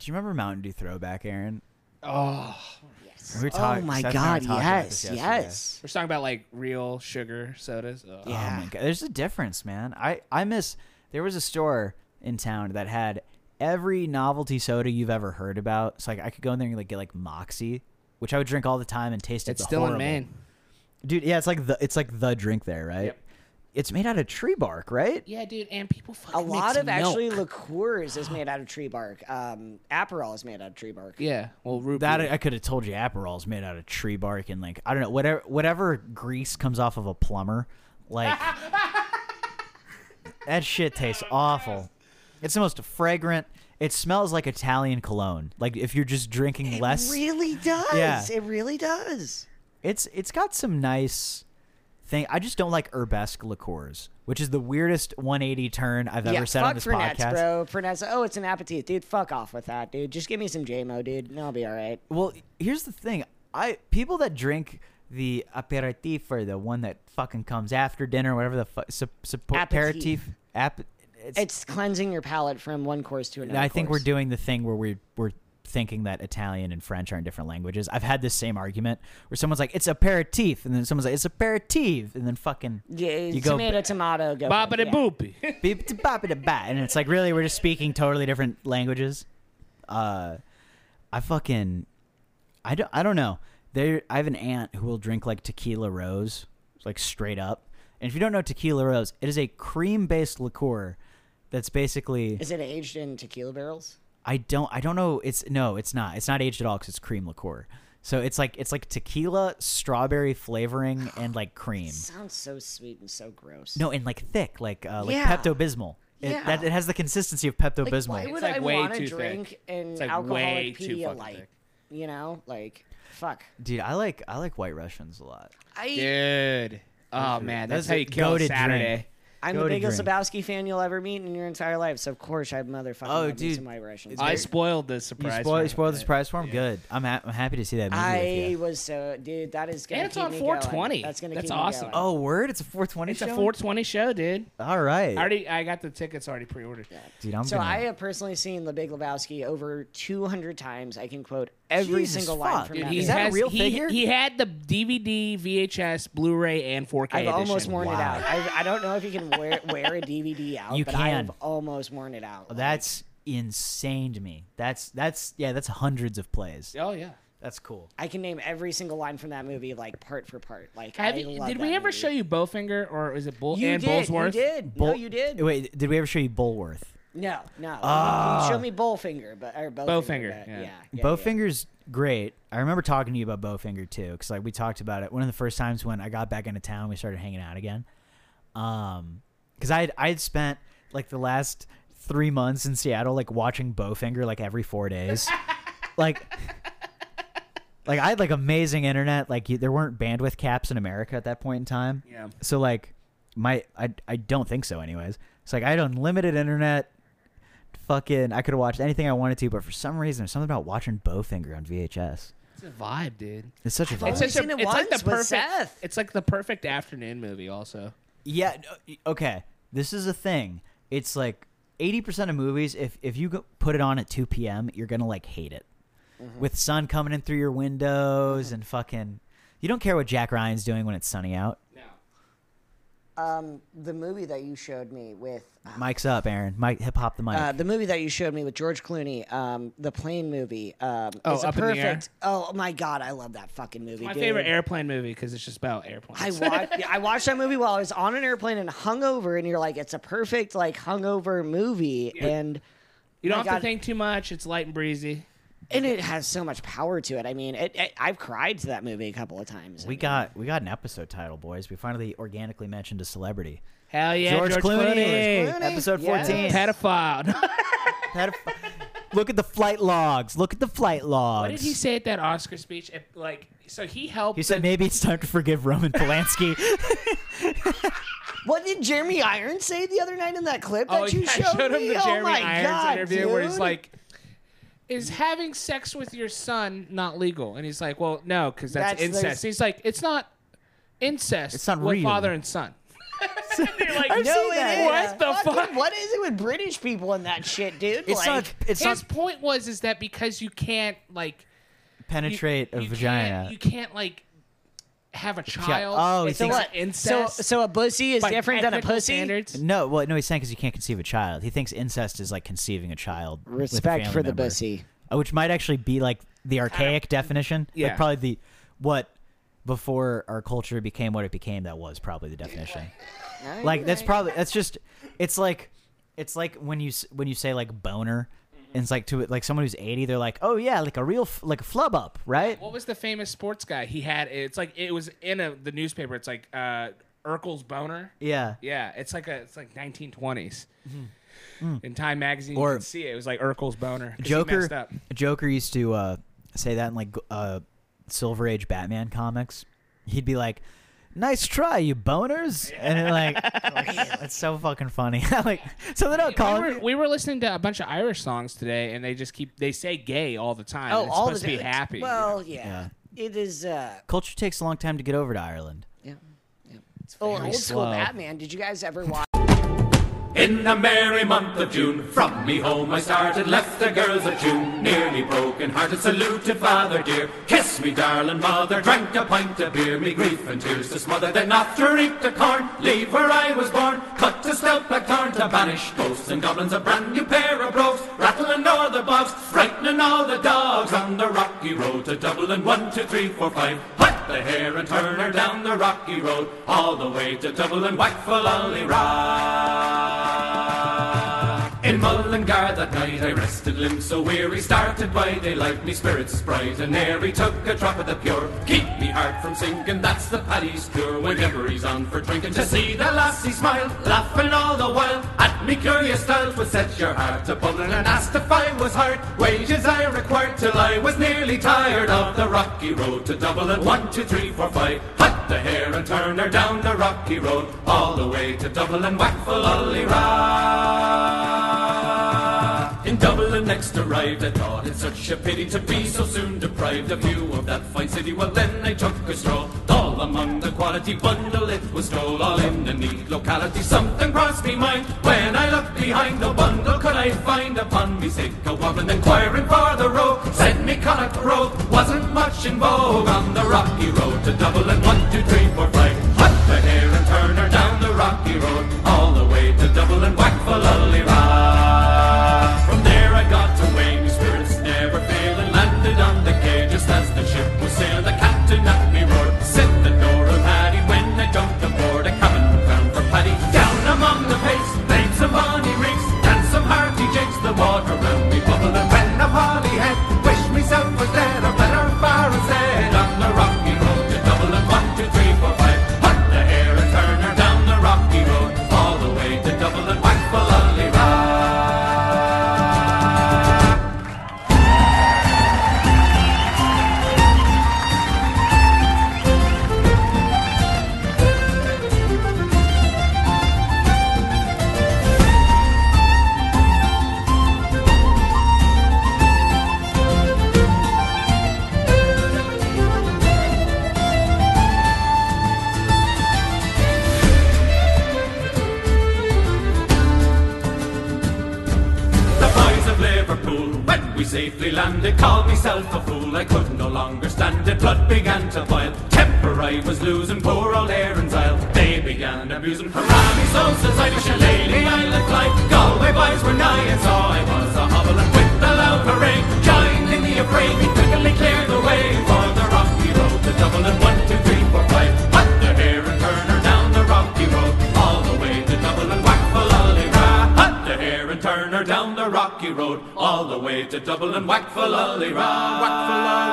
Speaker 2: you remember Mountain Dew throwback, Aaron?
Speaker 3: oh,
Speaker 1: Yes.
Speaker 2: We were
Speaker 1: oh
Speaker 2: talk-
Speaker 1: my
Speaker 2: Seth and I were
Speaker 1: God!
Speaker 2: talking about
Speaker 1: Yes,
Speaker 2: this yesterday.
Speaker 1: yes.
Speaker 3: we're talking about like real sugar sodas. Ugh.
Speaker 1: Yeah.
Speaker 2: Oh my god, there's a difference, man. I I miss. There was a store in town that had every novelty soda you've ever heard about. So like I could go in there and like get like Moxie, which I would drink all the time and taste.
Speaker 3: It's still in Maine.
Speaker 2: dude. Yeah, it's like the it's like the drink there, right?
Speaker 3: Yep.
Speaker 2: It's made out of tree bark, right?
Speaker 3: Yeah, dude, and people
Speaker 1: A
Speaker 3: fucking mix
Speaker 1: lot of actually
Speaker 3: milk.
Speaker 1: liqueurs is made out of tree bark. Um, Aperol is made out of tree bark.
Speaker 3: Yeah, well, root
Speaker 2: That
Speaker 3: beer.
Speaker 2: I could have told you Aperol's made out of tree bark and like I don't know whatever whatever grease comes off of a plumber, like that shit tastes awful. It's the most fragrant. It smells like Italian cologne. Like if you're just drinking less,
Speaker 1: Really does.
Speaker 2: Yeah.
Speaker 1: It really does.
Speaker 2: it's it's got some nice thing. I just don't like herbesque liqueurs, which is the weirdest 180 turn I've
Speaker 1: yeah,
Speaker 2: ever said
Speaker 1: fuck
Speaker 2: on this
Speaker 1: Fernettes,
Speaker 2: podcast.
Speaker 1: bro. Fernettes. Oh, it's an appetite, dude. Fuck off with that, dude. Just give me some JMO, dude, and I'll be all right.
Speaker 2: Well, here's the thing. I people that drink the aperitif or the one that fucking comes after dinner, whatever the fuck, sup, suppo-
Speaker 1: Aperitif.
Speaker 2: aperitif. Ap, it's,
Speaker 1: It's cleansing your palate from one course to
Speaker 2: and
Speaker 1: another.
Speaker 2: I think
Speaker 1: course.
Speaker 2: we're doing the thing where we we're thinking that Italian and French aren't different languages. I've had this same argument where someone's like, "It's aperitif," and then someone's like, "It's aperitif," and then fucking
Speaker 1: Yeah,
Speaker 2: you go
Speaker 1: tomato, tomato, go. for it,
Speaker 3: Boppity
Speaker 1: yeah.
Speaker 3: boopy.
Speaker 2: beep to bop it bat, and it's like really we're just speaking totally different languages. Uh, I fucking, I don't, I don't know. There, I have an aunt who will drink like tequila rose, like straight up. And if you don't know tequila rose, it is a cream-based liqueur that's basically
Speaker 1: Is it aged in tequila barrels?
Speaker 2: I don't I don't know. It's no, it's not. It's not aged at all because it's cream liqueur. So it's like it's like tequila, strawberry flavoring, and like cream.
Speaker 1: Sounds so sweet and so gross.
Speaker 2: No, and like thick, like uh, like
Speaker 1: Yeah.
Speaker 2: Pepto Bismol. It,
Speaker 1: Yeah.
Speaker 2: that, it has the consistency of Pepto
Speaker 1: like, why
Speaker 2: Bismol.
Speaker 1: would
Speaker 4: like
Speaker 1: I
Speaker 4: way
Speaker 1: want
Speaker 4: too
Speaker 1: to
Speaker 4: thick.
Speaker 1: drink an
Speaker 4: It's, like, way
Speaker 1: alcoholic
Speaker 4: too fucking
Speaker 1: Pedialyte?
Speaker 4: thick.
Speaker 1: You know, like fuck.
Speaker 2: Dude, I like I like White Russians a lot.
Speaker 1: I
Speaker 3: Dude. Oh man, that's
Speaker 2: Those
Speaker 3: how
Speaker 2: are
Speaker 3: you kill a
Speaker 2: goated
Speaker 3: Saturday.
Speaker 2: drink.
Speaker 1: I'm
Speaker 2: Go
Speaker 1: the
Speaker 2: to
Speaker 1: biggest
Speaker 2: drink.
Speaker 1: Lebowski fan you'll ever meet in your entire life, so of course I motherfucking
Speaker 2: Oh,
Speaker 1: love me
Speaker 2: dude.
Speaker 1: some white Russians.
Speaker 2: It's
Speaker 4: I
Speaker 2: very-
Speaker 4: spoiled this
Speaker 2: You
Speaker 4: surprise.
Speaker 2: spoil, you
Speaker 4: round.
Speaker 2: spoiled the surprise for him. Good. I'm ha- I'm happy to see that movie with
Speaker 1: I
Speaker 2: you.
Speaker 1: was so dude. That is gonna
Speaker 3: And it's
Speaker 1: keep
Speaker 3: on
Speaker 1: me
Speaker 3: 420.
Speaker 1: Going. That's gonna
Speaker 3: That's
Speaker 1: keep
Speaker 3: awesome.
Speaker 1: Me going.
Speaker 2: Oh, word! It's a 420.
Speaker 3: It's a
Speaker 2: showing?
Speaker 3: 420 show, dude.
Speaker 2: All right,
Speaker 3: I already I got the tickets already pre-ordered.
Speaker 2: dude. I'm
Speaker 1: so
Speaker 2: gonna,
Speaker 1: I have personally seen The Big Lebowski over 200 times. I can quote every
Speaker 2: Jesus
Speaker 1: single
Speaker 2: fuck,
Speaker 1: line from
Speaker 2: dude,
Speaker 1: that. movie.
Speaker 2: he's Is that a real
Speaker 3: he,
Speaker 2: figure?
Speaker 3: He had the DVD, VHS, Blu-ray, and 4K.
Speaker 1: I've almost
Speaker 3: edition.
Speaker 1: worn it
Speaker 2: Wow.
Speaker 1: out. I, I don't know if you can wear wear a DVD out,
Speaker 2: You
Speaker 1: but I have
Speaker 2: can.
Speaker 1: almost worn it out.
Speaker 2: That's insane to me. That's that's yeah. That's hundreds of plays.
Speaker 3: Oh yeah.
Speaker 2: That's cool.
Speaker 1: I can name every single line from that movie, like part for part. Like,
Speaker 3: Have
Speaker 1: I
Speaker 3: you,
Speaker 1: love
Speaker 3: did
Speaker 1: that
Speaker 3: we ever
Speaker 1: movie.
Speaker 3: show you Bowfinger or is it Bull
Speaker 1: You
Speaker 3: and
Speaker 1: did.
Speaker 3: Bullsworth?
Speaker 1: You did. no,
Speaker 2: Bull-
Speaker 1: you did.
Speaker 2: Wait, did we ever show you Bullworth?
Speaker 1: No, no.
Speaker 2: Ah.
Speaker 1: you showed me Bowfinger, but or Bowfinger.
Speaker 3: Bowfinger,
Speaker 1: but,
Speaker 3: yeah.
Speaker 1: yeah. yeah,
Speaker 2: Bowfinger's great. I remember talking to you about Bowfinger too, because like we talked about it one of the first times when I got back into town. We started hanging out again, um, because I I had spent like the last three months in Seattle like watching Bowfinger like every four days, like. Like I had like amazing internet. Like you, there weren't bandwidth caps in America at that point in time.
Speaker 3: Yeah.
Speaker 2: So like my I I don't think so anyways. It's like I had unlimited internet. Fucking I could have watched anything I wanted to, but for some reason there's something about watching Bowfinger on VHS.
Speaker 3: It's a vibe, dude.
Speaker 2: It's such a
Speaker 1: I've
Speaker 2: vibe.
Speaker 1: only seen it once with
Speaker 3: perfect.
Speaker 1: Seth.
Speaker 3: It's like the perfect afternoon movie. Also,
Speaker 2: Yeah, no, okay. This is a thing. It's like 80% of movies if if you go, put it on at 2 p.m., you're going to like hate it.
Speaker 1: Mm-hmm.
Speaker 2: With sun coming in through your windows and fucking you don't care what Jack Ryan's doing when it's sunny out.
Speaker 1: Um, the movie that you showed me with.
Speaker 2: Mike's up, Aaron. Mike hip hop the mic.
Speaker 1: Uh, the movie that you showed me with George Clooney, um, the plane movie, um,
Speaker 3: Oh,
Speaker 1: is a
Speaker 3: Up in the Air?
Speaker 1: perfect. Oh my god, I love that fucking movie.
Speaker 3: my
Speaker 1: dude.
Speaker 3: favorite airplane movie because it's just about airplanes.
Speaker 1: I watched. I watched that movie while I was on an airplane and hungover, and you're like, it's a perfect like hungover movie, and
Speaker 3: you
Speaker 1: my
Speaker 3: don't have
Speaker 1: God.
Speaker 3: to think too much. It's light and breezy.
Speaker 1: and it has so much power to it. I mean, it, it, I've cried to that movie a couple of times.
Speaker 2: We got we got an episode title, boys. We finally organically mentioned a celebrity.
Speaker 3: Hell yeah, George, Clooney.
Speaker 1: Clooney.
Speaker 2: episode
Speaker 1: Yes.
Speaker 2: fourteen.
Speaker 3: Pedophile.
Speaker 2: Pedoph- Look at the flight logs. Look at the flight logs.
Speaker 3: what did he say at that Oscar speech? If, like, so he helped.
Speaker 2: He said maybe it's time to forgive Roman Polanski.
Speaker 1: What did Jeremy Irons say the other night in that clip that
Speaker 3: oh,
Speaker 1: you
Speaker 3: yeah,
Speaker 1: showed,
Speaker 3: I showed
Speaker 1: me?
Speaker 3: him the
Speaker 1: oh
Speaker 3: Jeremy
Speaker 1: my
Speaker 3: Irons
Speaker 1: god,
Speaker 3: interview
Speaker 1: dude.
Speaker 3: where he's like, "Is having sex with your son not legal?" And he's like, "Well, no, because that's,
Speaker 1: That's-
Speaker 3: incest."
Speaker 1: there's-
Speaker 3: He's like, "It's not incest.
Speaker 2: It's not
Speaker 3: with
Speaker 2: real."
Speaker 3: father and son." You're like,
Speaker 2: I've
Speaker 1: no,
Speaker 2: seen
Speaker 1: it
Speaker 2: that.
Speaker 1: is.
Speaker 3: What the
Speaker 1: Fucking
Speaker 3: fuck?
Speaker 1: What is it with British people and that shit, dude?
Speaker 2: It's
Speaker 1: like,
Speaker 2: not. It's
Speaker 3: His
Speaker 2: not
Speaker 3: point was is that because you can't like you-
Speaker 2: penetrate a
Speaker 3: you
Speaker 2: vagina.
Speaker 3: can't, you can't like have a child.
Speaker 2: Oh, he
Speaker 3: it's
Speaker 2: thinks-
Speaker 3: like
Speaker 1: what?
Speaker 3: incest.
Speaker 1: So, so a pussy is
Speaker 3: by
Speaker 1: different than a
Speaker 3: technical
Speaker 1: pussy.
Speaker 3: Standards.
Speaker 2: no, well, no, he's saying because you can't conceive a child. He thinks incest is like conceiving a child. with a
Speaker 1: Respect
Speaker 2: family
Speaker 1: for the
Speaker 2: member.
Speaker 1: pussy.
Speaker 2: Uh, which might actually be like the archaic definition. Like,
Speaker 3: Yeah.
Speaker 2: probably the what before our culture became what it became. That was probably the definition. like that's probably that's just it's like it's like when you s- when you say like boner.
Speaker 3: Mm-hmm.
Speaker 2: And it's like to like someone who's eighty, they're like, oh yeah, like a real f- like a flub up, right?
Speaker 3: What was the famous sports guy? He had it's like it was in a, the newspaper. It's like uh, Urkel's boner.
Speaker 2: Yeah.
Speaker 3: Yeah, it's like a it's like 1920s. In Time magazine,
Speaker 2: Or-
Speaker 3: you could see it. It was like Urkel's boner. 'cause he messed
Speaker 2: Joker
Speaker 3: up.
Speaker 2: Joker used to uh, say that in like uh, Silver Age Batman comics. He'd be like, nice try, you boners. And it, like, it's so fucking funny. like, so they don't call
Speaker 3: We
Speaker 2: it.
Speaker 3: were-
Speaker 4: We were listening to a bunch of Irish songs today, and they just keep they say gay all the time.
Speaker 1: Oh,
Speaker 4: and it's
Speaker 1: all
Speaker 4: supposed
Speaker 1: the
Speaker 4: to be happy.
Speaker 1: Well, yeah. It is uh
Speaker 2: Culture takes a long time to get over to Ireland.
Speaker 1: yeah. yeah. Oh, old school
Speaker 3: slow.
Speaker 1: Batman. Did you guys ever watch
Speaker 5: In the merry month of June, from me home I started, left the girls of June, nearly broken hearted, saluted father dear, kissed me darling mother, drank a pint of beer, me grief and tears to smother, then after eat the corn, leave where I was born, cut the stout black thorn to banish ghosts and goblins, a brand new pair of brogues, rattling all the bogs, frightening all the dogs on the rocky road to Dublin, one, two, three, four, five, hut the hare and turn her down the rocky road, all the way to Dublin, whack full ollie rock. In Mullingar that night I rested limbs so weary, started by daylight, me spirits bright and airy, took a drop of the pure, keep me heart from sinking, that's the paddy's cure, whenever he's on for drinking, to see the lassie smile, laughing all the while, at me curious styles would set your heart to bubbling, and asked if I was hurt, wages I required, till I was nearly tired of the rocky road to Dublin, one, two, three, four, five, hut the hare and turn her down the rocky road, all the way to Dublin, whack full ollie rock. In Dublin next arrived, I thought it such a pity to be so soon deprived of view of that fine city. Well, then I took a stroll, all among the quality bundle it was stole, all in a neat locality. Something crossed me mind when I looked behind the bundle. Could I find upon me sick a woman inquiring for the road? Said me Connacht Road wasn't much in vogue on the rocky road to Dublin. One, two, three, four, five. Hut the hare and turn her down the rocky road, all the way to Dublin. Whack for lully From there I got away, my spirits never failing. Landed on the quay just as the ship was sailing. The captain at me roared, "Sit the door of Paddy." When I jumped aboard, a cabin found for Paddy. Down among the pace, made some bonny rigs, and some hearty jigs. The water round me bubbling when a holly head. Wish myself was dead, or better far instead. On the rocky road to Dublin, one, two, three, four, five. Hunt the hare and turn her down the rocky road, all the way to Dublin, whack for lolly The boys of Liverpool, when we safely landed, called myself a fool. I could no longer stand it. Blood began to boil. Temper I was losing. Poor old Aaron's Isle. They began abusing. Hurrah, me so says I, Lady Island fly. Galway boys were nigh, and so I was a hobbling with the loud parade. Joined in the affray, we quickly cleared the way for the rocky road to Dublin. One, two, three, four, five. But the hare and Turner down the rocky road, all the way to Dublin. Whack for lolly Hunt the hare and turn her down the rocky road, all the way to Dublin. Whack for lolly Whack for